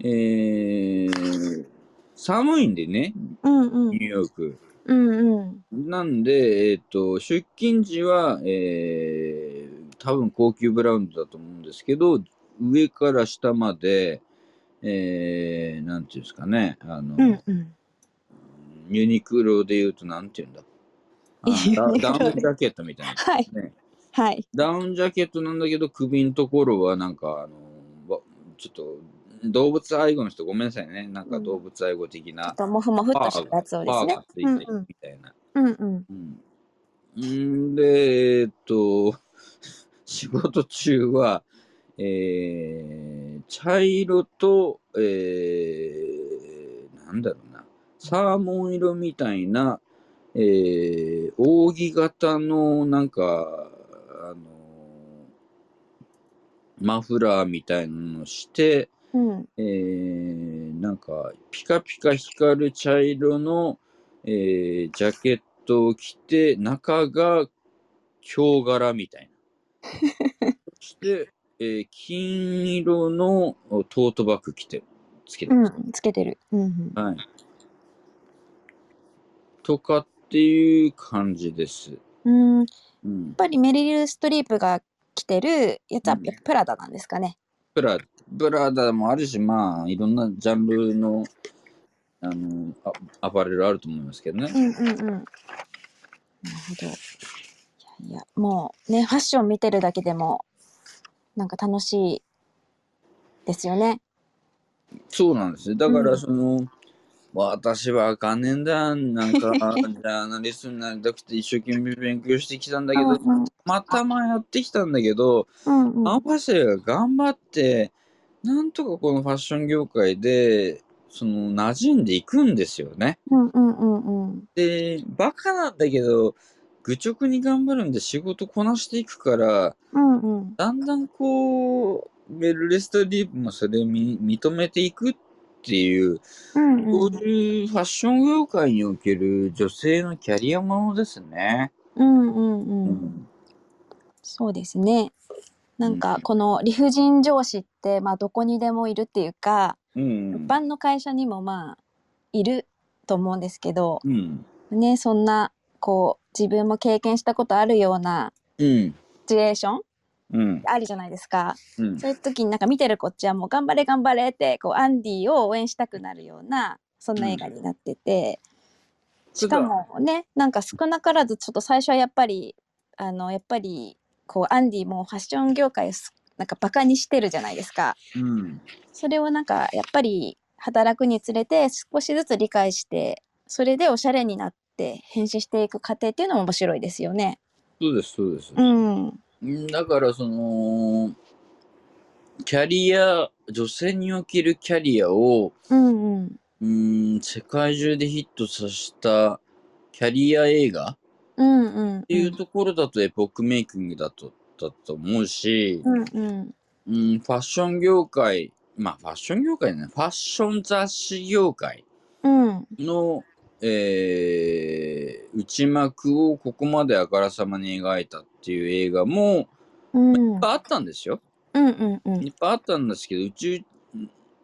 えー寒いんでね、
うんうん
ニューヨーク。
うんうん
なんで、えっ、と、出勤時は、えー多分高級ブラウンドだと思うんですけど、上から下まで、えーなんていうんですかね、あの、
うんうん
ユニクロで言うと、なんていうんだ。あダ
ユニクロ
ダウンジャケットみたい
はい
な、ね。
はい
ダウンジャケットなんだけど、首のところはなんか、あのわちょっと動物愛護の人ごめんなさいね。なんか動物愛護的
ちょっ
な
ともふもふっとしたやつをです
ー
ね
がついて
うん
るみたいな。
うんうん
うん、うんで、えーっと、 仕事中は、えー、茶色と、えー、なんだろうな、サーモン色みたいな、えー、扇形の、なんか、あのマフラーみたいなのをして、
うん
えーなんかピカピカ光る茶色の、えージャケットを着て、中が京柄みたい な。そして、えー金色のおトートバッグ着てる、つけて
う
る、
ん、つけてる。うんうん、
はい。とかっていう感じです。
うん、やっ
うん。
ぱりメリル・ストリープが着てるやつは
うん
プラダなんですかね。
ブラ、ブラダもあるし、まあ、いろんなジャンルの、あの、あアパレルあると思いますけどね。
うんうんうん。なるほど。いやいや、もうね、ファッション見てるだけでも、なんか楽しいですよね。
そうなんですね。だか
う
ら、
ん
その、私はあかんねんだ。 なんか、ジャーナリストになりたくて一生懸命勉強してきたんだけど、
うんうん
たまたまやってきたんだけど、
うんうん。
アンパセが頑張って、なんとかこのファッション業界で、その、馴染んでいくんですよね。
うんうんうんうん。
で、バカなんだけど、愚直に頑張るんで仕事こなしていくから、
うんうん。
だんだんこう、メルレストリープもそれをみ認めていくっていう、
うん
そ
うん
ういうファッション業界における女性のキャリアものですね。
うんうん
う
うん。
ん。
そうですね。なん
う
か
ん
この理不尽上司って、まあどこにでもいるっていうか、
うん。
一般の会社にもまあいると思うんですけど、
うん。
ね、そんなこう自分も経験したことあるような
うん。
シチュエーション
うん。
あるじゃないですか。
うん。
そういう時になんか見てるこっちはもう頑張れ頑張れってこうアンディを応援したくなるようなそんな映画になってて、しかもねなんか少なからずちょっと最初はやっぱりあのやっぱりこうアンディもファッション業界をすなんかバカにしてるじゃないですか。
うん。
それをなんかやっぱり働くにつれて少しずつ理解してそれでおしゃれになって変身していく過程っていうのも面白いですよね。
そうです、そうです。
うん、
うんだから、その、キャリア、女性におけるキャリアを、
うん、うん
うん、世界中でヒットさせたキャリア映画
うんうん
っていうところだとエポックメイキングだと、だと思うし、
うんうん
うん、ファッション業界、まあファッション業界ね、ファッション雑誌業界
うん
の、えー、内幕をここまであからさまに描いたっていう映画も、
うん
いっぱいあったんですよ。
うんうんうん
いっぱいあったんですけど、うち、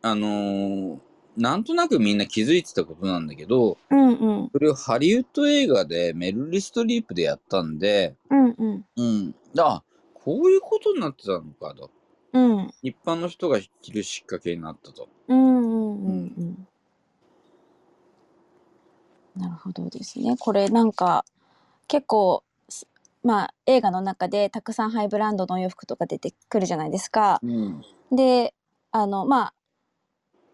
あのーなんとなくみんな気づいてたことなんだけど、
うんうん
それをハリウッド映画でメルリストリープでやったんで、
うんうん
うん。あ、こういうことになってたのかと。
うん
一般の人が着る仕掛けになったと。
うんうんうんなるほどですねこれなんか結構すまあ映画の中でたくさんハイブランドのお洋服とか出てくるじゃないですか。
うん。
であのま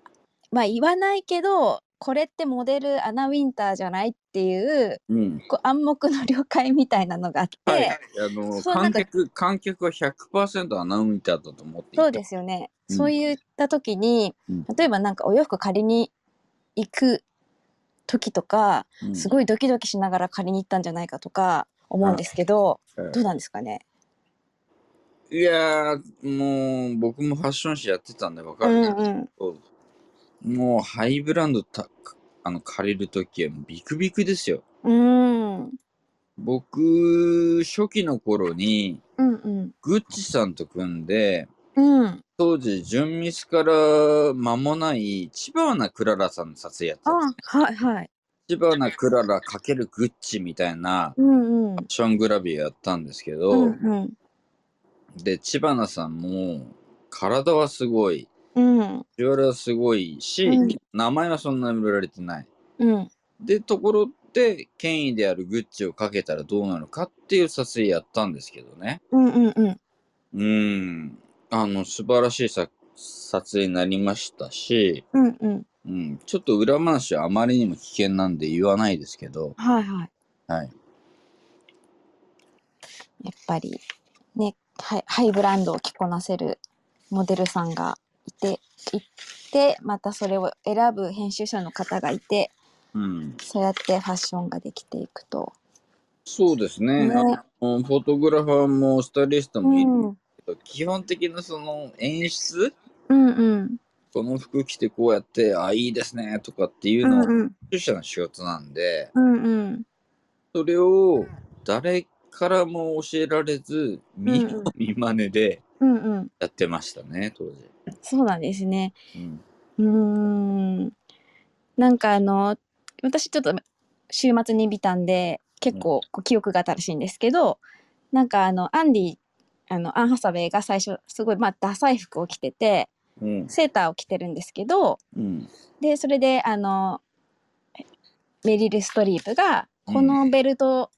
あまあ言わないけどこれってモデルアナ・ウィンターじゃないっていう
うん。
こう暗黙の了解みたいなのがあって、
はい。あの、
そうな
観
んか
客、観客は100%アナウンターだと思っていた。
そうですよね。
うん
そういった時に、
うん
例えばなんかお洋服借りに行く時とか、
うん
すごいドキドキしながら借りに行ったんじゃないかとか思うんですけど、
はい
どうなんですかね。
いやー、もう、僕もファッション誌やってたんでわか
う
る
ん
ん
うん。
もう、ハイブランドた、あの、借りるときはビクビクですよ。
うん
僕、初期の頃に、
うんうん
グッチさんと組んで、
うん。
当時、純ミスから間もない、千葉なクララさんの撮影やってたんです
あ、はいはい。
千葉なクララ×グッチみたいな
うんうん。
アクショングラビアやったんですけど、
うんうん
で、千葉なさんも体はすごい、
うん
ビジュアルはすごいし、
うん
名前はそんなに売られてない。
うん
で、ところで、権威であるグッチをかけたらどうなるかっていう撮影やったんですけどね。
うんうんうん。
うーん、あの、素晴らしいさ撮影になりましたし、
うんうん。
うん、ちょっと裏話はあまりにも危険なんで言わないですけど、
はいはい。
はい。
やっぱりね、ハイハイブランドを着こなせるモデルさんがいて、いて、またそれを選ぶ編集者の方がいて、
うん、
そうやってファッションができていくと。
そうですね。
ね
あのフォトグラファーもスタイリストもいる
うん
けど、基本的なその演出
うん
この服着てこうやって、あ、いいですね、とかっていううのは、
んうん
編集者の仕事なんで、
うんうん
それを誰からも教えられず、見よ
うんうん
う見真似で
うんうん
やってましたね、当時。
そうなんですね
うん。
うーんなんかあの私ちょっと週末に見たんで結構こう記憶が新しいんですけどなんかあのアンディあのアン・ハサウェイが最初すごいまあダサい服を着てて
うん。
セーターを着てるんですけど
うん。
でそれであのメリル・ストリープが
うん
このベルト、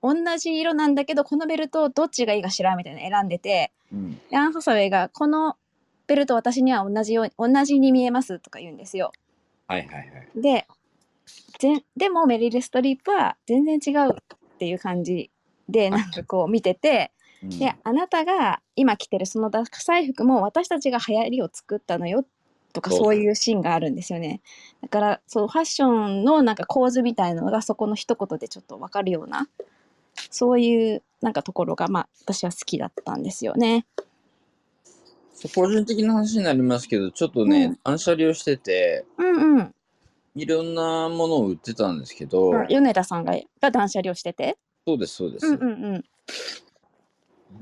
同じ色なんだけどこのベルトどっちがいいか知らんみたいなの選んでて
うん。
でアン・ハサウェイがこのベルト私には同じように同じに見えますとか言うんですよ。
はいはいはい。
でぜんでもメリル・ストリープは全然違うっていう感じでなんかこう見てて
うん
であなたが今着てるそのダサい服も私たちが流行りを作ったのよとか
そう
そういうシーンがあるんですよねだからそうファッションのなんか構図みたいのがそこの一言でちょっとわかるようなそういうなんかところがまあ私は好きだったんですよね。
そう個人的な話になりますけど、ちょっとね、
うん
断捨離をしてて、
うんうん、
いろんなものを売ってたんですけど、
米田さんがが断捨離をしてて、
そうです、そうです、
うんうん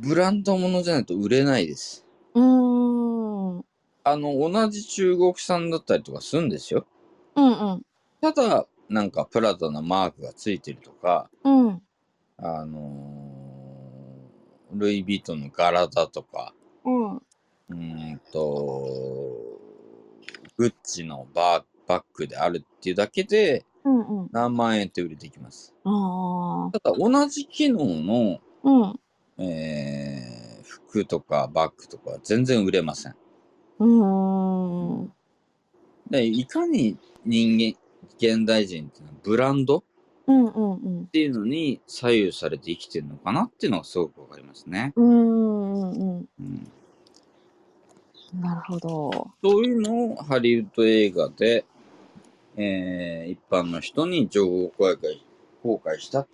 ブランドものじゃないと売れないです。
うん、うーん
あの、同じ中国産だったりとかするんですよ。
うん
ただ、なんかプラダのマークがついてるとか、
うんうん
あのールイ・ヴィトンの柄だとか、
うん
うーんと、グッチのバーバッグであるっていうだけで
うんうん。
何万円って売れてきます。
ああ。
ただ同じ機能の、
うん。
えー服とかバッグとかは全然売れません。
うーん。
でいかに人間、現代人っていうのはブランドっ
うんうん
ていうのに左右されて生きてるのかなっていうのがすごくわかりますね。
うん。うーんうんう
うん、
ん。なるほど。
そういうのをハリウッド映画で、えー一般の人に情報公開公開したっ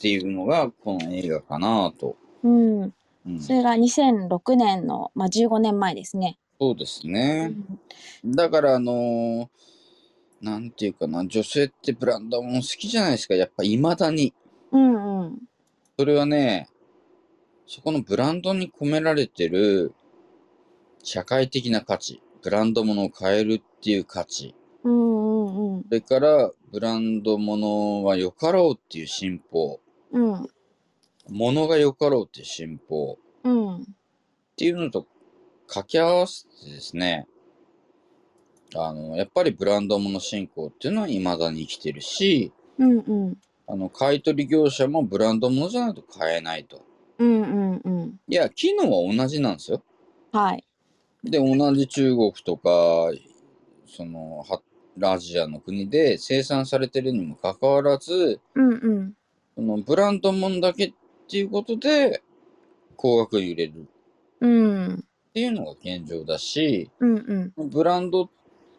ていうのがこの映画かなと、
うん。
うん。
そ
そ
れが2006年の、まあ、15年前ですね。
うです
う
ね。
ん
だからあのーなんていうかな、女性ってブランドも好きじゃないですか。やっぱ未だに。
うんうん。
それはね、そこのブランドに込められてる社会的な価値、ブランド物を変えるっていう価値、
うんうんうん
それからブランド物は良かろうっていう進歩、
うん
物が良かろうっていう進歩
うん
っていうのと掛け合わせてですね、あの、やっぱりブランド物進行っていうのは未だに生きてるし、
うんうん
あの、買い取り業者もブランド物じゃないと買えないと。
うんうんうん
いや、機能は同じなんですよ。
はい
で、同じ中国とか、その、はアジアの国で生産されてるにもかかわらず、
うんうん
そのブランドもんだけっていうことで、高額揺れるっ
うん
ていうのが現状だし、
うんうん
ブランド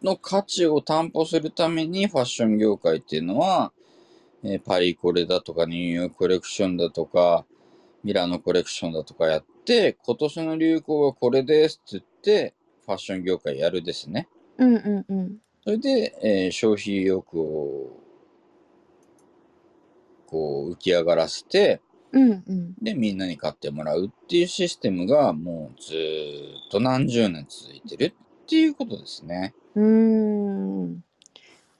の価値を担保するためにファッション業界っていうのは、えーパリコレだとかニューヨークコレクションだとか、ミラノコレクションだとかやって、今年の流行はこれですって言って、ファッション業界やるですね。
うんうんうん
それで、えー消費意欲をこう浮き上がらせて
うんうん
でみんなに買ってもらうっていうシステムがもうずーっと何十年続いてるっていうことですね。
うーん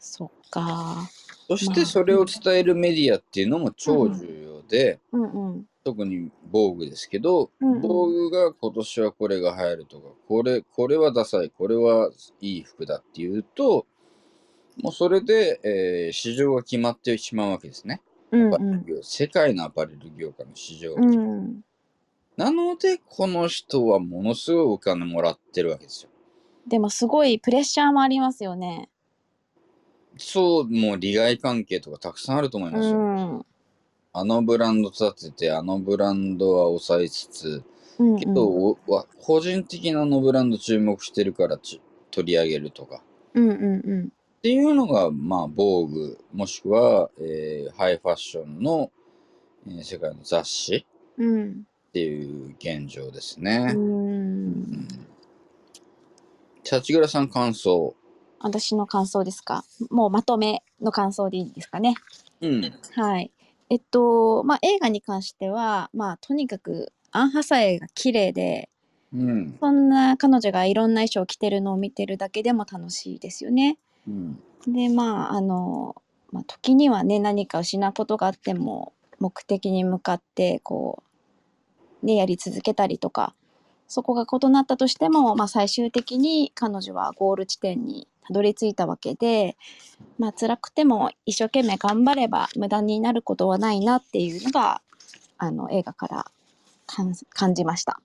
そっか
そし
ま
て
あ
それを伝えるメディアっていうのも超重要で、
うんうん
特に防具ですけど、
うんうん
防具が今年はこれが流行るとかこれこれはダサいこれはいい服だっていうともうそれで、えー市場が決まってしまうわけですね。
うん
ア
う
パレル
ん
業世界のアパレル業界の市場、
うん
なのでこの人はものすごいお金もらってるわけですよ
でもすごいプレッシャーもありますよね。
そうもう利害関係とかたくさんあると思いますよ、
うん。うん
あのブランド立ててあのブランドは抑えつつ
うん
けど、おわ個人的なあのブランド注目してるからち取り上げるとか
うんうん
っていうのがまあ防具もしくは、えーハイファッションの、えー世界の雑誌
うん。うん。
っていう現状ですね、
うん。
チャチグラさん感想。
私の感想ですかもうまとめの感想でいいですかね
うん。
はいえっとまあ映画に関してはまあとにかくアンハサエが綺麗で
うん。
そんな彼女がいろんな衣装を着てるのを見てるだけでも楽しいですよね
うん。
でまああの、まあ、時にはね何か失うことがあっても目的に向かってこうねやり続けたりとかそこが異なったとしても、まあ、最終的に彼女はゴール地点にたどり着いたわけでまあ辛くても一生懸命頑張れば無駄になることはないなっていうのがあの映画から感感じました。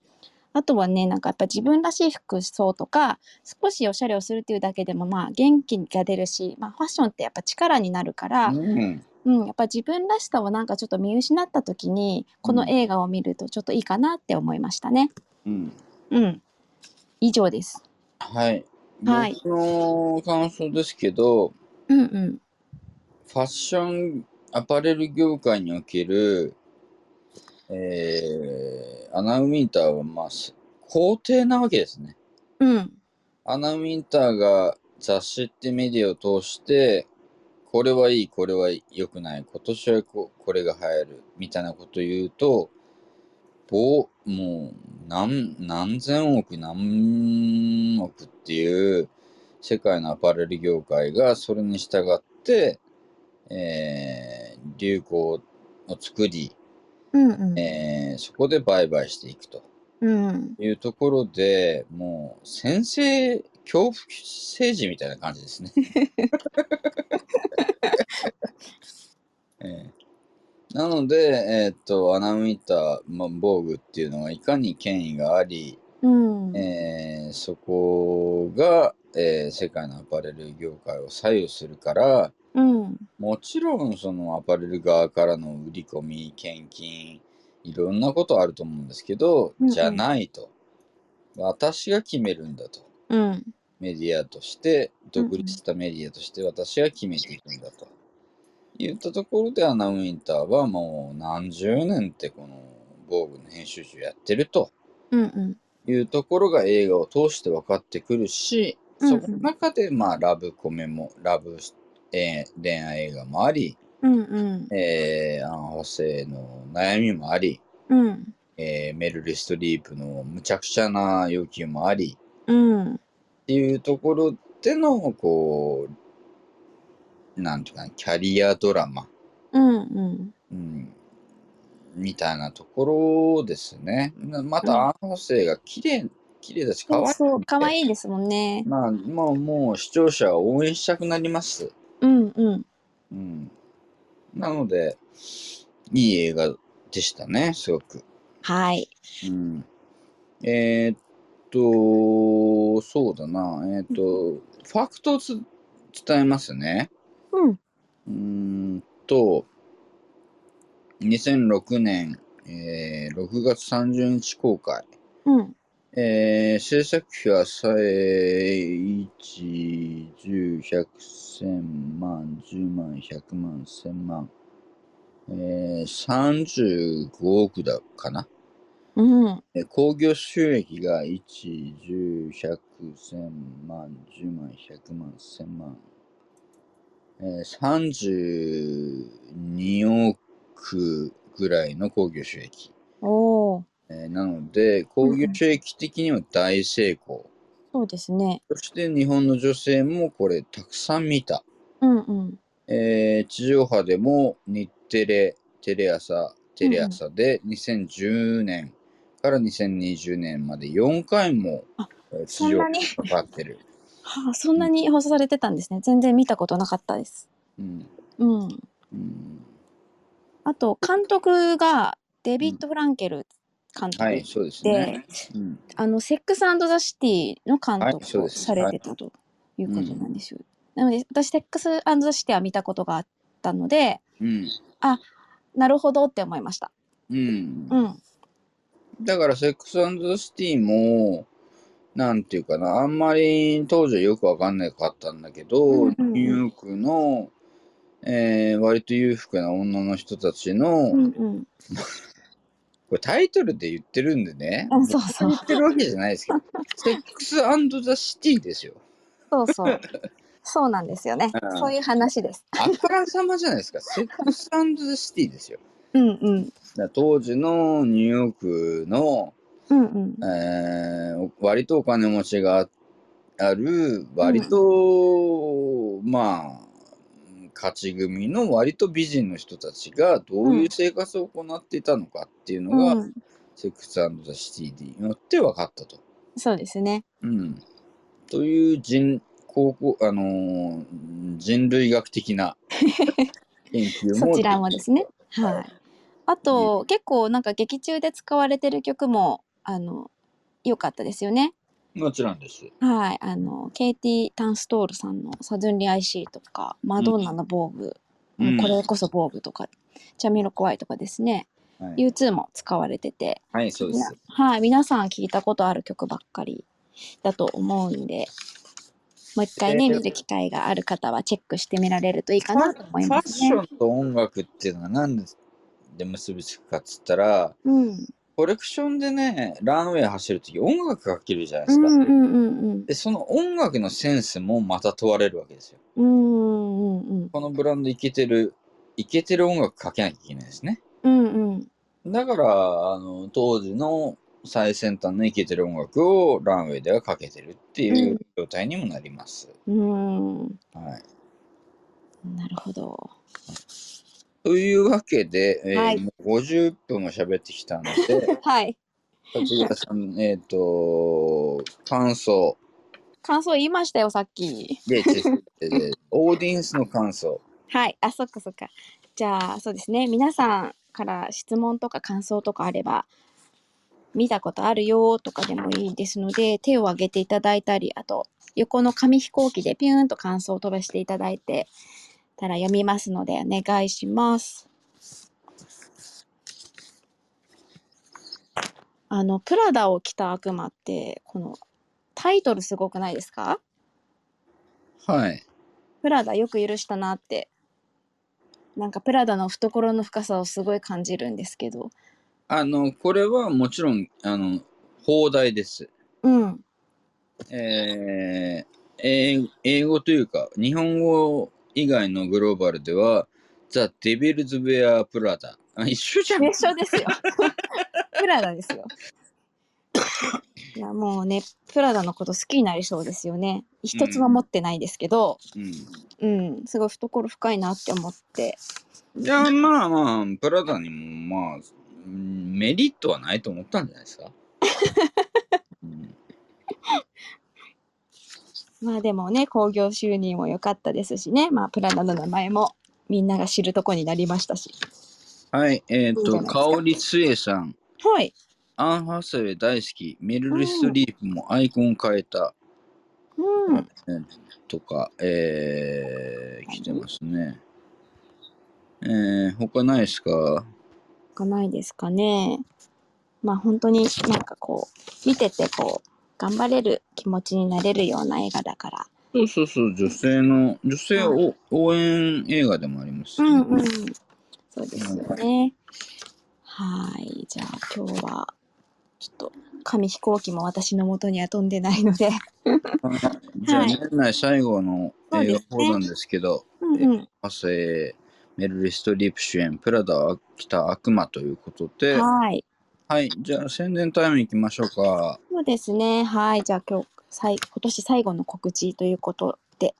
あとはねなんかやっぱ自分らしい服装とか少しおしゃれをするっていうだけでもまあ元気が出るし、まあ、ファッションってやっぱ力になるから、
うん。
うん、やっぱ自分らしさをなんかちょっと見失った時にこの映画を見るとちょっといいかなって思いましたね。
うん。
うん、以上です。
はい。
はい
僕の感想ですけど、
うんうん
ファッション、アパレル業界における、えー、アナウィンターは、まあ、す皇帝なわけですね。
うん
アナウィンターが雑誌ってメディアを通して、これはいい、これは良くない、今年はここれが流行る、みたいなこと言うと、ぼもう何何千億何億っていう世界のアパレル業界がそれに従って、えー流行を作り、
うんうん
えーそこで売買していくと。
うん
いうところでもう先生恐怖政治みたいな感じ ですね。ええなので、えーっとアナウンター、まあ、防具っていうのがいかに権威があり、
うん
えーそこが、えー世界のアパレル業界を左右するから
うん
もちろんそのアパレル側からの売り込み献金いろんなことあると思うんですけど、
うんうん
じゃないと私が決めるんだと
うん
メディアとして独立したメディアとして私が決めていくんだと、言ったところでアナウィンターはもう何十年ってこの防具の編集長やってると
うんうん
いうところが映画を通して分かってくるし、
うんうん
その中でまあラブコメもラブ、えー恋愛映画もあり、
うんうん
えーアン・ホセの悩みもあり、
うん
えーメルリストリープのむちゃくちゃな要求もあり
うん
っていうところでのこうなんていうかなキャリアドラマ、
うん
うん、みたいなところですね。なまた
うん
アン・ホセが綺麗綺麗だし可愛
そう
い
そう可愛いですもんね。
まあ、まあ、もう視聴者は応援したくなります。
うんうん
うん。なので、いい映画でしたね、すごく。
はい
うん。えーっと、そうだな、えーっと、ファクトをつ伝えますね。
うん
うーんと、2006年、えー6月30日公開。
うん
えー制作費はさえー、1、10、100、1000万、10万、100万、1000万。えー、35億だかな。
うん
えー興行収益が1、10、100、1000万、10万、100万、1000万。えー、32億ぐらいの興行収益。
おお
えーなので、興行収益的には大成功。
そうですね。
そして日本の女性もこれたくさん見た。
うんうん
えー地上波でも日テレ、テレ朝、テレ朝で2010年から2020年まで4回も
あ
えー地
そん
上
な
波
に
にかかってる。
はあ、そんなに放送されてたんですね。全然見たことなかったです。
うん
うん。
うん
あと監督がデビッド・フランケル監督で、
はい、そうですね。うん
あのセックスザ・シティの監
はいそ
督
う
を
です
されてたということなんですよ。なので私セックスザ・シティは見たことがあったので、
うん
なるほどって思いました。
うん
うん。
だから、セックスシティも、なんていうかな、あんまり当時はよくわかんなかったんだけど、
うんうんうん
ニューヨークの、えー割と裕福な女の人たちの、
うんうん。
これタイトルで言ってるんでね。
うんそうそう
言ってるわけじゃないです けど。セックスザ・シティですよ。
そうそう。そうなんですよね
う。ん
そういう話です。
あからさまじゃないですか。セックスザ・シティですよ。
うんうん。
だから当時のニューヨークの、
うんうん。
えー割とお金持ちがある、割と、まあ、勝ち組の割と美人の人たちがどういう生活を行っていたのかっていうのが、
うん、
セックスザ・シティによって分かったと。
そうですね。
うん、という人高校、あのー人類学的 な研究も
そちらもですね。はい。あと、結構なんか劇中で使われてる曲もあの良かったですよね。
もちろんです。
はい、あのケイティ・タンストールさんの「サズンリ・アイ・シー」とか「マドンナの防具」
うん
これこそ防具」とか「チャミロコワイ」とかですね、
はい、
U2 も使われてて、
はい、そうで
みな
す。
はい、皆さん聞いたことある曲ばっかりだと思うんでもう一回ね、
えー
見る機会がある方はチェックしてみられるといいか
ファ
な
フ
と思い
ァ
ま
ッ
す
シ
ね。
ョンと音楽っていうのは何で結びつくかっつったら、
うん、
コレクションでね、ランウェイ走るとき音楽かけるじゃないで
う
す
ん
か。
うんうん
で、その音楽のセンスもまた問われるわけですよ。
うんうんうん
このブランドイケてる、イケてる音楽かけなきゃいけないですね。
うんうん
だから、あの、当時の最先端のイケてる音楽をランウェイではかけてるっていう状態にもなります。
うんうん
はい。
なるほど。
というわけで、えー
はい
もう50分も喋ってきたの で、
はい
勝浦さん、えっ、と、感想。
感想言いましたよさっき。
で、ちえー オーディエンスの感想。
はい、あ、そっかそっか。じゃあ、そうですね。皆さんから質問とか感想とかあれば、見たことあるよとかでもいいですので、手を挙げていただいたり、あと、横の紙飛行機でピューンと感想を飛ばしていただいてたら読みますので、お願いします。あの、プラダを着た悪魔って、このタイトルすごくないですか
はい。
プラダよく許したなってなんかプラダの懐の深さをすごい感じるんですけど
あの、これはもちろん、あの、放題です。
うん
えー英英語というか、日本語以外のグローバルでは、ザ・デビルズ・ウェア・プラダ。あ、一緒じゃん。
名称 ですよプラダですよいやもうねプラダのこと好きになりそうですよね一つも持ってないですけど
うん。
うん、すごい懐深いなって思って
いや、まあまあ、プラダにも、まあ、うんメリットはないと思ったんじゃないですか。うん
まあでもね興行収入も良かったですしねまあプラダの名前もみんなが知るとこになりましたし
はい、えっ、
いいんじゃな
と、
いです
か
か
おりつえさん。
はい
アン・ハサウェイ大好き。メルル・ストリープもアイコン変えた。
うん
とか、えー、来てますね。えー、他ないですか
がないですかね。まあ本当になんかこう見ててこう頑張れる気持ちになれるような映画だから。
そうそうそう、女性の、女性
は
を応援映画でもあります、
ん。そうですよね。はい。じゃあ今日はちょっと紙飛行機も私の元には飛んでないので。
あじゃあ、
はい
年内最後の
そう
映
で
画
すね
方なんですけど、
うんうん。
ハサウェイ、メルル・ストリープ主演、プラダは来た悪魔ということで、は
はい。
い、じゃあ宣伝タイム行きましょうか。
そうですね。はい。じゃあ今日、最今年最後の告知ということで。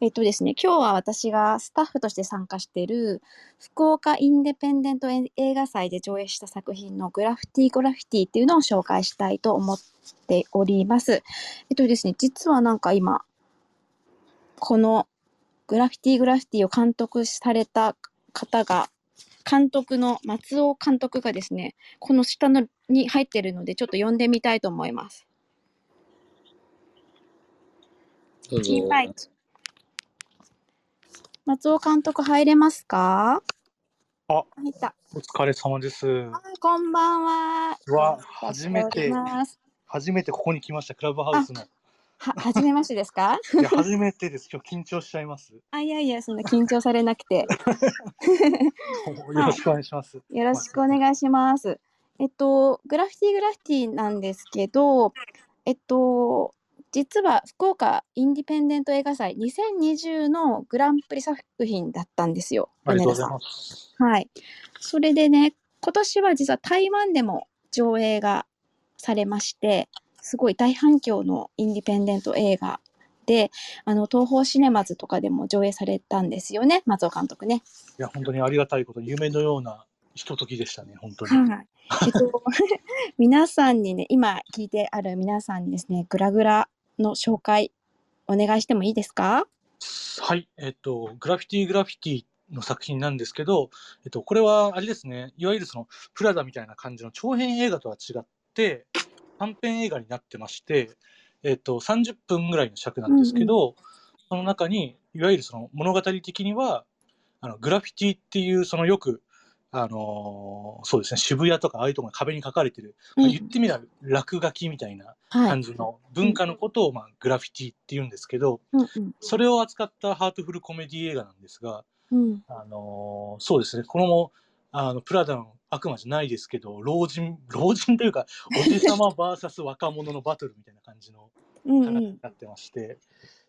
えっとですね、今日は私がスタッフとして参加している福岡インデペンデント映画祭で上映した作品のグラフィティグラフィティっていうのを紹介したいと思っております。えっとですね、実はなんか今、このグラフィティグラフィティを監督された方が、監督の松尾監督がですね、この下のに入ってるので、ちょっと読んでみたいと思います。
どうぞ
キーファイト。松尾監督入れますか。
あ
入った。
お疲れ様です。
あー、こんばんは。
うわ
お待ちしております
初めてここに来ました、クラブハウスの。
は、初めましてですか。
いや、初めてです。今 日緊張しちゃいます。
あ、いやいや、そんな緊張されなくて。
どうもよろしくお願いします。
よろしくお願いします。えっと、グラフィティグラフィティなんですけど、えっと、実は福岡インディペンデント映画祭2020のグランプリ作品だったんですよ。
ありがとうござい
米田さん
ます。
はい。それでね、今年は実は台湾でも上映がされまして、すごい大反響のインディペンデント映画で、あの、東宝シネマズとかでも上映されたんですよね、松尾監督ね。
いや、本当にありがたいことに、夢のようなひとときでしたね、本当に。
はい。えっと、 皆さんにね、今聞いてある皆さんにですね、グラグラの紹介お願いしてもいいですか
はい、えっと、グラフィティ・グラフィティの作品なんですけど、えっと、これはあれですね、いわゆるそのプラダみたいな感じの長編映画とは違って、短編映画になってまして、えっと、30分ぐらいの尺なんですけど、その中に、いわゆるその物語的には、あのグラフィティっていう、そのよく、あのーそうですね、渋谷とかああいうところに壁に書かれてる、まあ言ってみれば落書きみたいな
は
感
い。
じの文化のことを、まあ、グラフィティって言うんですけど、
うんうん
それを扱ったハートフルコメディ映画なんですが、
うん。
あのーそうですね、このも、あの、プラダの悪魔じゃないですけど、老人、老人というか、おじさま VS 若者のバトルみたいな感じの
うん
話
う
に
ん。
なってまして、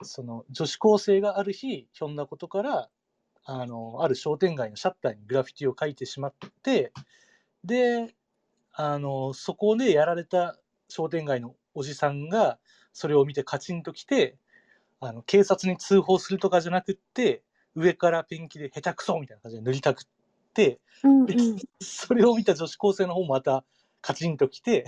その、女子高生がある日、ひょんなことから、あの、ある商店街のシャッターにグラフィティを書いてしまって、で、あの、そこでやられた商店街のおじさんが、それを見てカチンと来て、あの、警察に通報するとかじゃなくって、上からペンキで下手くそみたいな感じで塗りたくって、
うんうん。
それを見た女子高生の方もまたカチンと来て、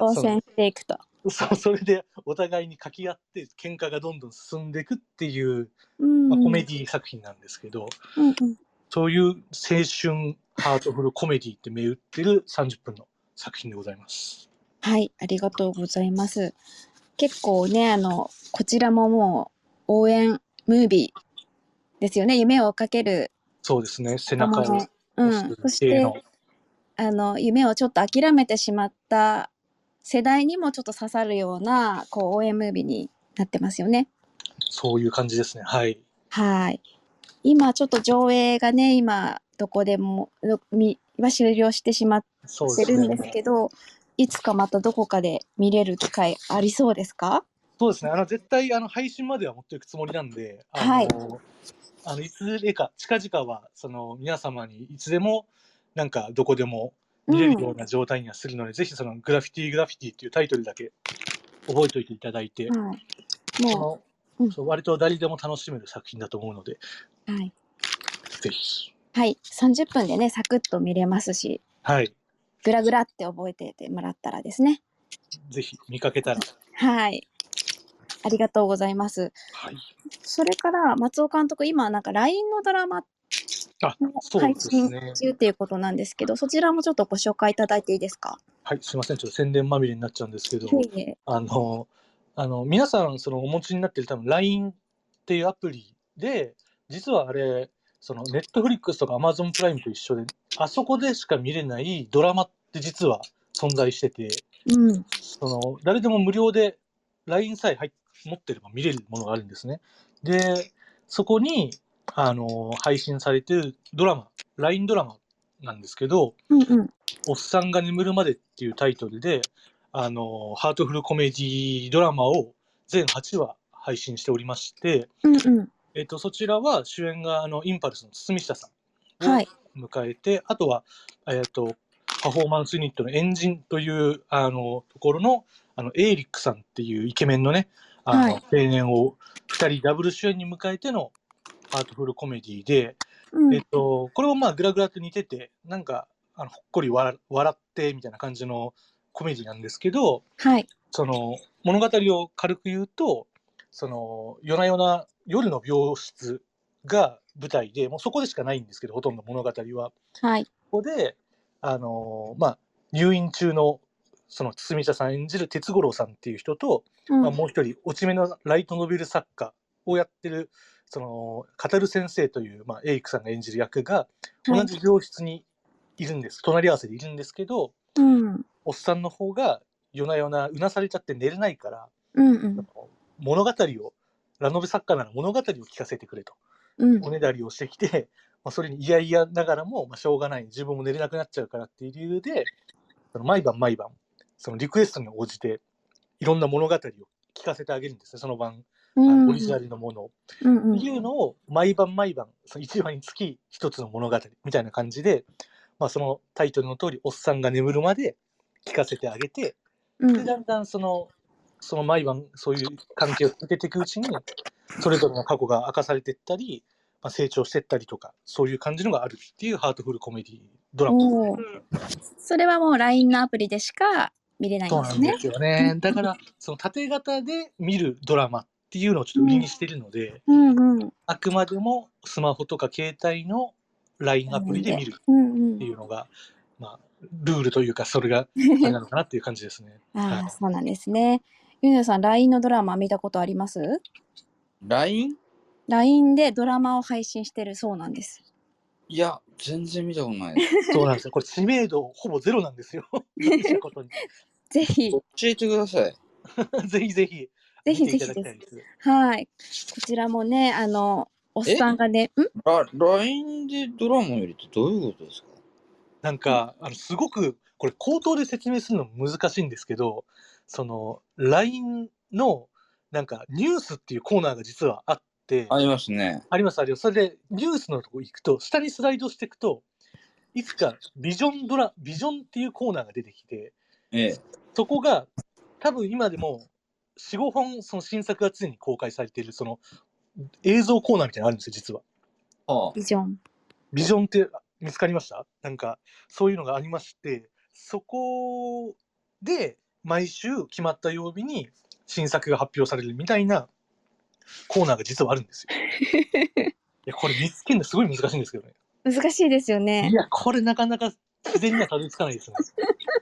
応戦していくと。
そうそれでお互いに書き合って、喧嘩がどんどん進んでいくっていう、
うん
まあ、コメディ作品なんですけど、
うんうん
そういう青春ハートフルコメディって銘打ってる30分の作品でございます。
はい、ありがとうございます。結構ね、あの、こちらももう応援ムービーですよね。夢を追っかける
そうですね、背中
若
を
者。う
押す
ん。そし
系
て
の、
あの、夢をちょっと諦めてしまった世代にもちょっと刺さるような、こう、応援ムービーになってますよね。
そういう感じですね。はい。
はい。今ちょっと上映がね、今、どこでも、どみは終了してしまっ
そう
て
です
るんで
ね。
すけど、いつかまたどこかで見れる機会ありそうですか
そうですね。あの絶対あの配信までは持っていくつもりなんで、あの、
はい
い、あのいつでか近々はその皆様にいつでもなんかどこでも見れるような状態にはするので、ぜひそのグラフィティグラフィティっていうタイトルだけ覚えておいていただい
は
て、
い。
そ
もう、
の
うん
そう割と誰でも楽しめる作品だと思うので、
はい、
ぜひ。
はい、30分でねサクッと見れますし
はい。
グラグラって覚えててもらったらですね
ぜひ見かけたら。
はいありがとうございます
はい。
それから松尾監督今なんか LINE のドラマ
あ、
の
そう
配
です
信
ね。
中っていうことなんですけどそちらもちょっとご紹介いただいていいですか
はい。すいません。ちょっと宣伝まみれになっちゃうんですけど。
いえいえ
あの、あの、皆さん、そのお持ちになってる多分 LINE っていうアプリで、実はあれ、その Netflix とか Amazon プライムと一緒で、あそこでしか見れないドラマって実は存在してて、
うん
その、誰でも無料で LINE さえ入っ持ってれば見れるものがあるんですね。で、そこに、あの、配信されてるドラマ、LINE ドラマなんですけど、
うんうん
おっさんが眠るまでっていうタイトルで、あの、ハートフルコメディドラマを全8話配信しておりまして、
うんうん
えっと、そちらは主演があの、インパルスの堤下さん
はい
を迎えて、あとは、えっと、パフォーマンスユニットのエンジンという、あの、ところの、あの、エイリックさんっていうイケメンのね、あの、
はい
青年を2人ダブル主演に迎えてのハートフルコメディで、
うん
えっと、これもまあグラグラと似てて、なんか、あのほっこり笑笑ってみたいな感じのコメディなんですけど、
はい
その物語を軽く言うと、その夜な夜な夜の病室が舞台で、もうそこでしかないんですけど、ほとんど物語は。
はい
ここで、あのまあ、入院中の、その堤下さん演じる鉄五郎さんっていう人と、
うん
まあ、もう一人、落ち目のライトノベル作家をやってる、その、語る先生という、まあ、エイクさんが演じる役が、
はい
同じ病室にいるんです、隣り合わせでいるんですけど、
うん
おっさんの方が、夜な夜なうなされちゃって寝れないから、
うんうん
物語を、ラノベ作家なら物語を聞かせてくれと、
うん
おねだりをしてきて、まあ、それに嫌々ながらも、まあ、しょうがない、自分も寝れなくなっちゃうからっていう理由で、その毎晩毎晩、そのリクエストに応じて、いろんな物語を聞かせてあげるんですね、その晩、あのオリジナルのものを。
うんうん
っていうのを毎晩毎晩その1話につき一つの物語みたいな感じで、まあ、そのタイトルの通りおっさんが眠るまで聞かせてあげて
うん
でだんだんそのその毎晩そういう関係を続けていくうちにそれぞれの過去が明かされていったり、まあ、成長していったりとかそういう感じのがあるっていうハートフルコメディドラマですね。
おーそれはもう LINE のアプリでしか見れない
そうん
で
な
す
んで
ね。
すよね。だから、その縦型で見るドラマっていうのをちょっと売りにしてるので、
うんうん
あくまでもスマホとか携帯の LINE アプリで見るっ
うん
て
う
い
ん。
うのが、まあ、ルールというか、それがあれなのかなっていう感じですね。
あ
は
あ
い
そうなんですね。ゆうのさん LINE のドラマ見たことあります
LINE?
?LINE でドラマを配信してるそうなんです。
いや、全然見たこと ないです。
そうなんですよ。これ知名度ほぼゼロなんですよ。見たことに
ぜひ
教えてください。
ぜひぜひ。
ぜひ
見て
ぜ
いた
ひ
だ
で
き
す
たい。です。
はい。こちらもね、あの、おっさんがね、ん
ラ LINE でドラマ見るってどういうことですか
なんか、あの、すごく、これ口頭で説明するの難しいんですけど、その、LINE の、なんか、ニュースっていうコーナーが実はあって、
ありますね。
ありますあります。それでニュースのとこ行くと下にスライドしていくといつかビジョンドラビジョンっていうコーナーが出てきて
ええ。
そこが多分今でも45本その新作が常に公開されているその映像コーナーみたいなのがあるんですよ実は。
ああ
ビジョン。
ビジョンって見つかりましたなんかそういうのがありましてそこで毎週決まった曜日に新作が発表されるみたいなコーナーが実はあるんですよ。いやこれ見つけるのすごい難しいんですけどね。
難しいですよね
い。や、これなかなか自然にはたどり着かないですね。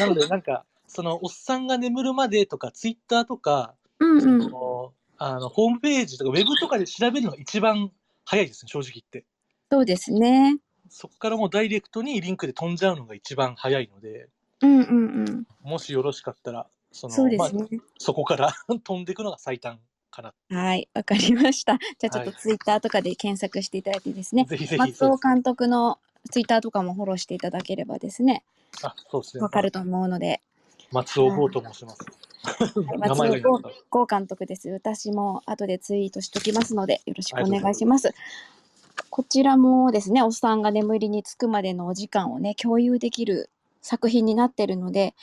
なので、なんか、その、おっさんが眠るまでとか、ツイッターとか、
うんう
そ
ん。
のあのホームページとか、ウェブとかで調べるのが一番早いですね、正直言って。
そうですね。
そこからもうダイレクトにリンクで飛んじゃうのが一番早いので、
うんうんうん。
もしよろしかったら、その
そうで
ますあ
ね。
そこから 飛んでいくのが最短かな。
はい、わかりました。じゃあちょっと
はい
ツイッターとかで検索していただいてですね。
ぜひぜひ。
松尾監督のツイッターとかもフォローしていただければですね、
あ、そうですね。
わかると思うので、
松尾剛と申します。
松
名前が
尾
言えな
剛
かった
剛監督です。私も後でツイートしときますので、よろしくお願いします。こちらもですね、おっさんが眠りにつくまでのお時間をね、共有できる作品になってるので、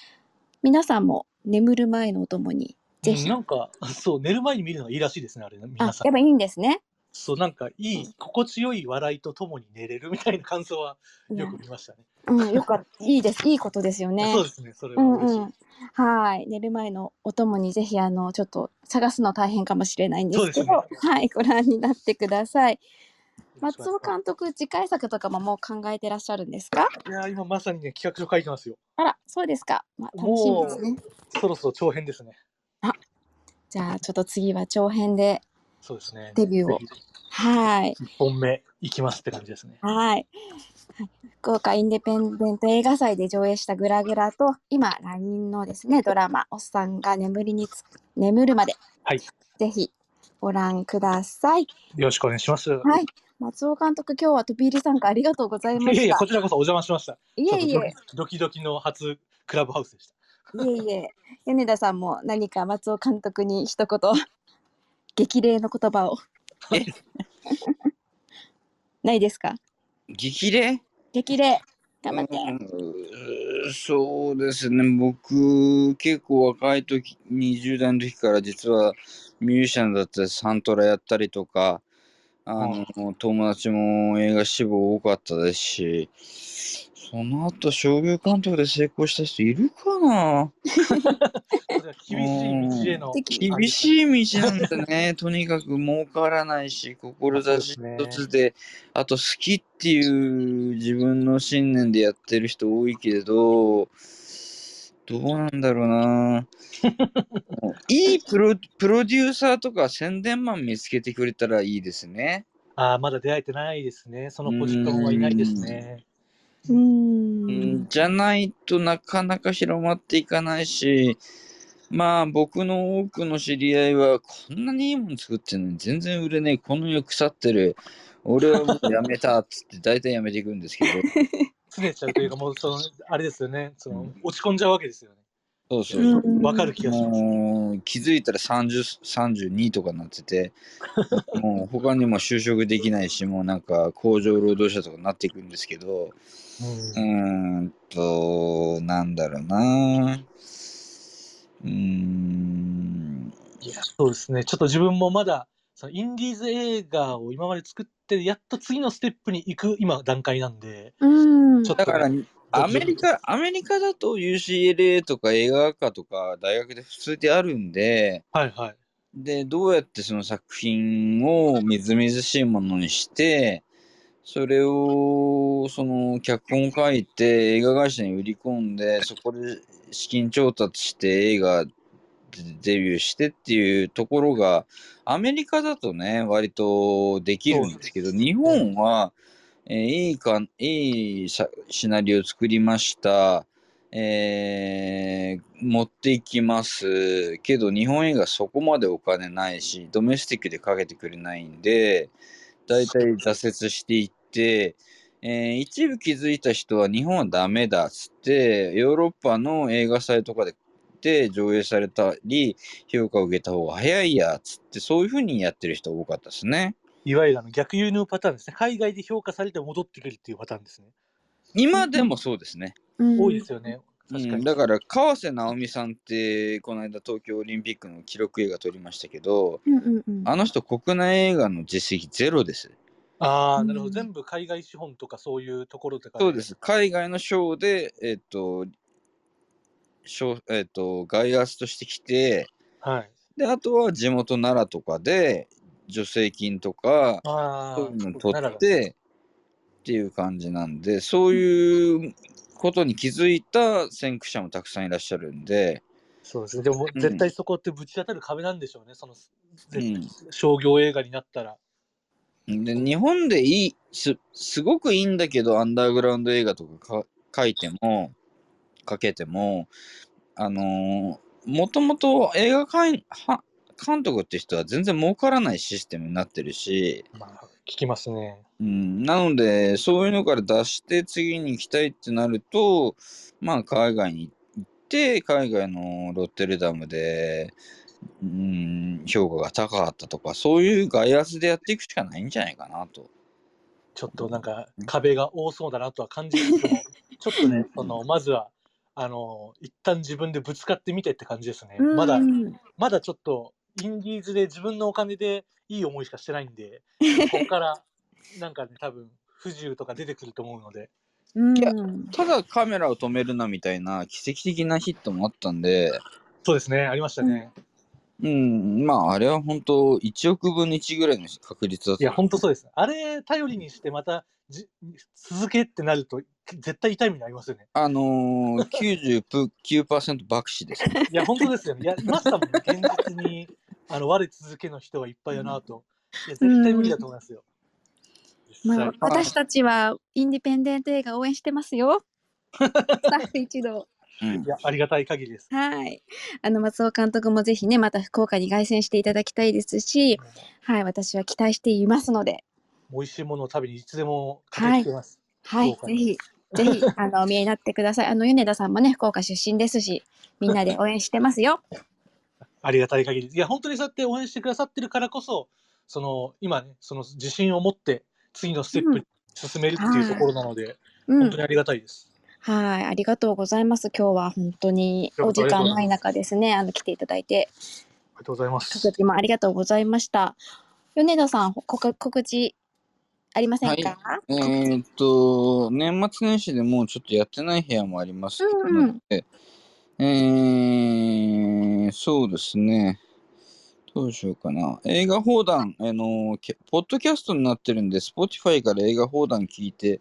皆さんも眠る前のお供に、ぜ
う
ひ
ん。なんか、そう、寝る前に見るのがいいらしいですね、あれ、ね、
あ、や
皆
っ
さん
ぱい。いんですね。
そう、なんか、いい、心地よい笑いとともに寝れるみたいな感想は
うん
よく見ましたね。
うん、よかった。いいです。いいことですよね。
そうですね、それ
う
は
ん
嬉しい。
うん、はい寝る前のお供にぜひあのちょっと探すの大変かもしれないんですけど
そうです
はいご覧になってください松尾
松
監督次回作とかももう考えてらっしゃるんですか
いやー、今まさにね、企画書書いてますよ。
あらそうですか、まあ、楽しみですね
そろそろ長編ですね。
じゃあちょっと次は長編で
そうですね。
デビューを
ぜひ
はい
一本目いきますって感じですね。
はい福岡インデペンデント映画祭で上映した「グラグラと」今 LINE のですねドラマ「おっさんが眠りにつ眠るまで」
はい
ぜひご覧ください
よろしくお願いします。
はい、松尾監督、今日は飛び入り参加ありがとうございま
いやい
し
や、
た
こ。ちらこそお邪魔しました。
いえい
ちょっ
え、
とドキドキの初クラブハウスでした。
いえいえ、米田さんも何か松尾監督に一言、 激励の言葉を。 ないですか
激励
激励、頑張って。
うーそうですね僕結構若い時20代の時から実はミュージシャンだったりサントラやったりとかあの、友達も映画志望多かったですしその後商業監督で成功した人いるかな
それは厳しい道への。
うん
厳しい道なんだね とにかく儲からないし志一つであと好きっていう自分の信念でやってる人多いけれどどうなんだろう なもういいプロプロデューサーとか宣伝マン見つけてくれたらいいですね
ああ、まだ出会えてないですね。そのポジションはいないですね。
うー
うんん。じゃないとなかなか広まっていかないしまあ僕の多くの知り合いはこんなにいいもの作ってるのに全然売れね えこの世腐ってる俺はもうやめたっつって大体やめていくんですけど
拗ねちゃうというか、もうその、あれですよね、そうの
ん
落ち込んじゃうわけですよね。
そうそうう。
ん
わかる気がします。
もう気づいたら30 32とかになって てもう他にも就職できないしもうなんか工場労働者とかになっていくんですけどうーんとなんだろうなうーん
いや、そうですね。ちょっと自分もまだ、そのインディーズ映画を今まで作って、やっと次のステップに行く今段階なんで、
うん
ちょっと
だからアメリ
どっ
カアメリカだと UCLA とか映画学科とか大学で普通であるんで
ちはいはい。
でどうやってその作品をみずみずしいものにしてそれをその脚本書いて映画会社に売り込んでそこで資金調達して映画でデビューしてっていうところがアメリカだとね割とできるんですけど
そうです
日
ね
本は、えーいいかいいシナリオを作りました、えー持っていきますけど日本映画そこまでお金ないしドメスティックでかけてくれないんで大体挫折していって、えー一部気づいた人は日本はダメだっつってヨーロッパの映画祭とかでで上映されたり評価を受けた方が早いやっつってそういう風にやってる人多かったですね。
いわゆるあの逆輸入パターンですね。海外で評価されて戻ってくるっていうパターンですね。
今でもそうですね。
うん
多いですよね。
う
確か
ん、
に。
だから川瀬直美さんってこの間東京オリンピックの記録映画撮りましたけど
うんうんうん
あの人国内映画の実績ゼロです。
ああ、なるほ
うん
ど。全部海外資本とかそういうところとか。
そうで。す海外の賞でえっと賞えっとガイアスとしてきて
はい。
であとは地元奈良とかで助成金とか
ああ、
そういうの取
なら
っ、てっていう感じなんでそういうことに気づいた先駆者もたくさんいらっしゃるんで、
そうですね。でも
うん
絶対そこってぶち当たる壁なんでしょうね。その、
う
ぜ
ん、
商業映画になったら。
で日本でいいすすごくいいんだけどアンダーグラウンド映画とかか書いても書けてもあのー、もともと映画監は監督って人は全然儲からないシステムになってるし、
まあ、聞きますね。
うん、なので、そういうのから出して次に行きたいってなると、まあ、海外に行って、海外のロッテルダムで、うん、評価が高かったとか、そういう外圧でやっていくしかないんじゃないかなと。
ちょっとなんか壁が多そうだなとは感じるけど、 ちょっとね、そのまずは、あの、一旦自分でぶつかってみてって感じですね。
うん
まだ
う、ん
まだちょっと、インディーズで自分のお金でいい思いしかしてないんで、ここ から、なんかね、多分、不自由とか出てくると思うので、
うん
いやただカメラを止めるなみたいな奇跡的なヒットもあったんで、
そうですね、ありましたね。
うん、まあ、あれは本当、1億分の1ぐらいの確率だっ
いや、
た。
本当そうです。あれ、頼りにして、またじ、続けってなると、絶対痛い目になりますよね。
あのー、99%爆死です。
いや、本当ですよね。いや、いましたもんね、現実に、あの、我続けの人がいっぱいやなと。いや、絶対無理だと思いますよ。実
ま
際
あ、私たちはインディペンデント映画応援してます よ。スタッフ一同。
うん
いや、ありがたい限りです。
はい。あの、松尾監督もぜひね、また福岡に凱旋していただきたいですし、はい、私は期待していますので、
美味しいものを食べにいつでも駆けつけます。
はい、
福岡
ぜ
に
ひ、ぜひ、 あの、お見えになってください。あの、米田さんもね、福岡出身ですし、みんな で応援してますよ。
ありがたい限りです。いや、本当にそうやって応援してくださってるからこそ、その、今ね、その自信を持って、次のステップに進めるっていうところなので、
う
本
ん
当に。ありがたいです。
はい、ありがとうございます。今日は本当にお
こち
時
らこそ
間ない中ですね、あの、来ていただいて、
ありがとうございます
告。知もありがとうございました。米田さん、告告知ありませんか、
えーっと、年末年始でもうちょっとやってない部屋もありますけど、
うんうん
えーそうですね。どうしようかな。映画放談、あのけポッドキャストになってるんで、Spotify から映画放談聞いて、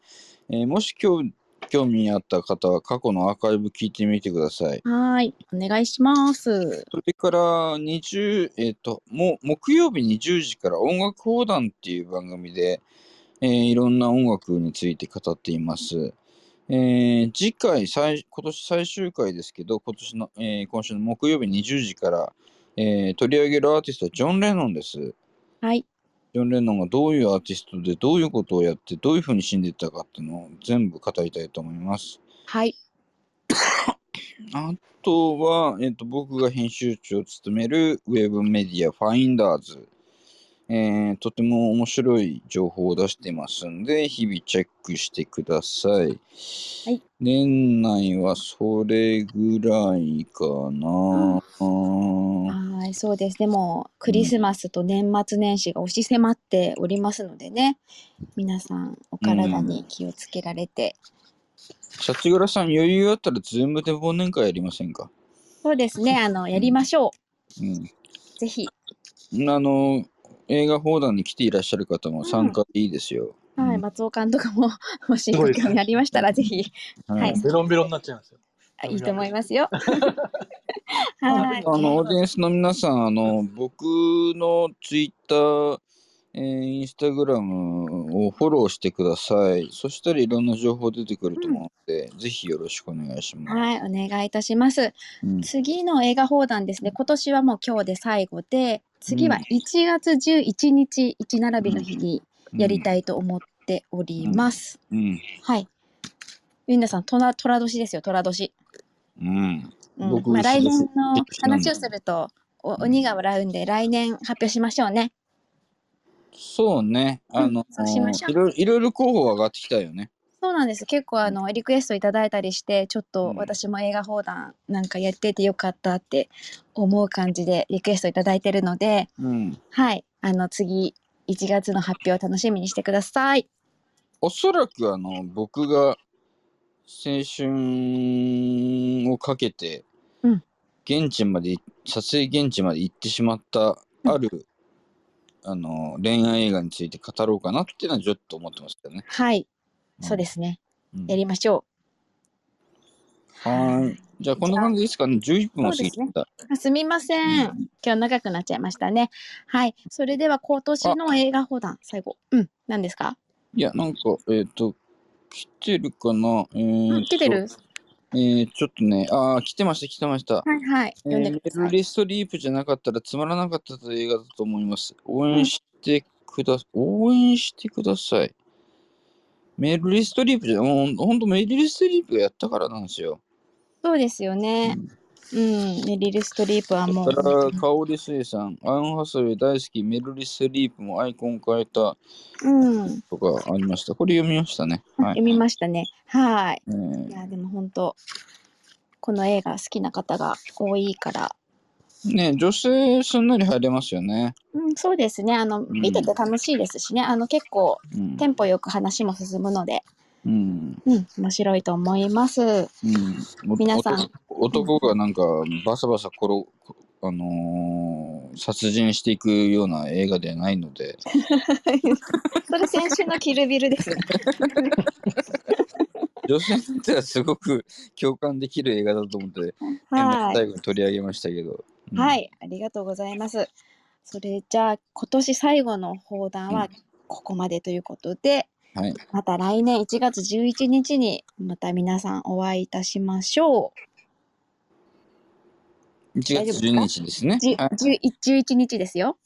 えーもし興興味あった方は過去のアーカイブ聞いてみてください。
はい、お願いします。
それから20、えっ、と、もう木曜日20時から音楽講談っていう番組で、えーいろんな音楽について語っています。えー次回最、今年最終回ですけど、今年の、えー今週の木曜日20時から、えー取り上げるアーティストはジョン・レノンです。
はい、
ジョン・レノンがどういうアーティストでどういうことをやってどういうふうに死んでいったかっていうのを全部語りたいと思います。
はい。
あとは、えっと僕が編集長を務めるウェブメディアファインダーズ、えーとても面白い情報を出してますんで、日々チェックしてください。
い
年内はそれぐらいかな。
はい、そうです。でも、クリスマスと年末年始が押し迫っておりますのでね、皆さん、お体に気をつけられて。
シャチグラさん、余裕あったらズームで忘年会やりませんか
そうですね、あの、やりましょ
うん。
う。ぜひ。
あの、映画放談に来ていらっしゃる方も参加でいいですよ。
はい、
うん
松尾監督も、 もしご興味ありましたら、ぜひ、
は
はいい
ベロンベロンになっちゃいますよ。
あいいと思いま すよ。
あ
はい。
あのオーディエンスの皆さん、あの僕のツイッター、えーインスタグラムをフォローしてください。そしたらいろんな情報出てくると思うので、ぜひよろしくお願いします。
はい、お願いいたします。
うん
次の映画放談ですね。今年はもう今日で最後で、次は1月11日、一並びの日にやりたいと思っております。
うん、
はい。ゆんなさん、とな虎年ですよ、虎年。
うん、
うん
僕
まあ、来年の
そうです
話をすると、お鬼が笑うんで、来年発表しましょうね。
そうね。あの、
そうしましょう
いろいろいろいろ候補上がってきたよね。
そうなんです。結構あのリクエストいただいたりして、ちょっ
う
と
ん
私も映画放談なんかやっててよかったって思う感じでリクエストいただいてるので、
うん、
はい、あの次1月の発表を楽しみにしてください。
おそらくあの僕が青春をかけて、
うん
現地まで撮影現地まで行ってしまったある、あの恋愛映画について語ろうかなっていうのはちょっと思ってますけどね。、
はい、そうですすね。
うん
やりましょう。
はーい。じゃあこんな感じですかね。11分も過ぎてた。
あすみません。
う
今日長くなっちゃいましたね。はい、それでは今年の映画放談最後、うん、何ですか？
いやなんかえっ、と来てるかな。え
う
ー
ん、
と
来てる。
えーちょっとねあー来てました来てました。
はいはい。
え
読んで
ー、メ
くだ
ル
さい。
リストリープじゃなかったらつまらなかったという映画だと思います。応援してくだ、応援してください。メルリストリープじゃ、もうほんとメルリストリープがやったからなんですよ。
そうですよね。うん、メリルストリープは
だ
も
か
う。
ら、カオリスイさん、アンハサウェイ大好き、メルリストリープもアイコン変えた
うん、
とかありました。これ読みましたね。はい。
読みましたね。はい。
えー
いや、でも本当。この映画好きな方が多いから。
ね女性すんなり入れますよね。
うん、そうですね。あの、
ん
見てて楽しいですしね。あの、結構
うん
テ。ンポよく話も進むので。
うん。
うん、面白いと思 います。
うん、お
皆さん
男男がなんかバサバサ転あのー殺人していくような映画ではないの で、
それ先週のキルビ ルですね。
女性にとってはすごく 共感できる映画だと思って、
はい。
最後に取り上げましたけど。うん
はい、ありがとうございます。それじゃあ今年最後の放談
う
はここまでということで、
はい
また来年1月11日にまた皆さんお会いいたしましょ
1月12日ですね
う。。じ
は
ゅ11日ですよ。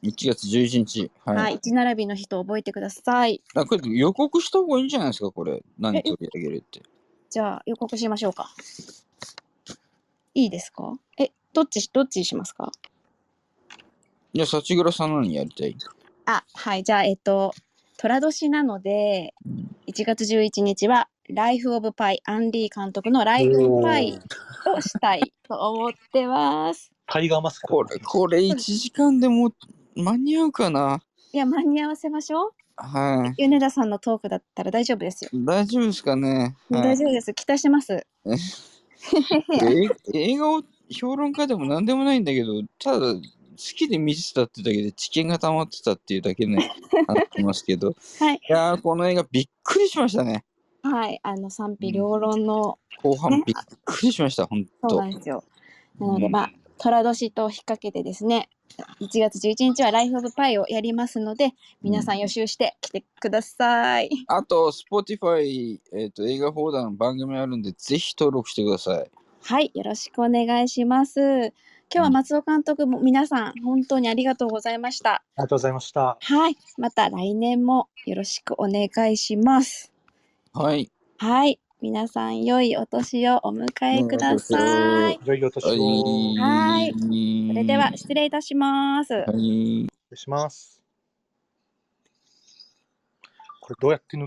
い、1月11日。はい。
はい、一並びの日と覚えてください。
あこれ予告した方がいいんじゃないですか、これ。何取り上げるって。
じゃあ予告しましょうか。いいですか？え、どっちどっちしますか？
じゃあ、幸倉さん何やりたい
あ、はい、じゃあえっと寅年なので1月11日はライフオブパイアンリー監督のライフオブパイ。をしたいと思ってます。
タイガーマスク。
これ、これ1時間でも間に合うかない
や、間に合わせましょう。
はい。
米田さんのトークだったら大丈夫ですよ。
大丈夫ですかね。はい
大丈夫です。期待してます。
え 映画を評論家でも何でもないんだけど、ただ好きで見てたってだけで知見が溜まってたっていうだけ ね、あってますけど。
はい。
いやー、この映画びっくりしましたね。
はい。あの、賛否両論の、
後
ね
半びっくりしました、ほん
そう
と
な。んですよ。なので、
うん
まあ、寅年と引っ掛けてですね、1月11日はライフオブパイをやりますので、皆さん予習して来てください。
あと、Spotify、えーと、映画放談の番組あるんで、ぜひ登録してください。
はい。よろしくお願いします。今日は松尾監督も皆さん本当にありがとうございました。
りがとうございました。
はい、また来年もよろしくお願いします。
はい。
はい、皆さん良いお年をお迎えください。
良いお年を。失
はい
い
それでは失礼いたします。
はい。
礼します。これどうやって抜く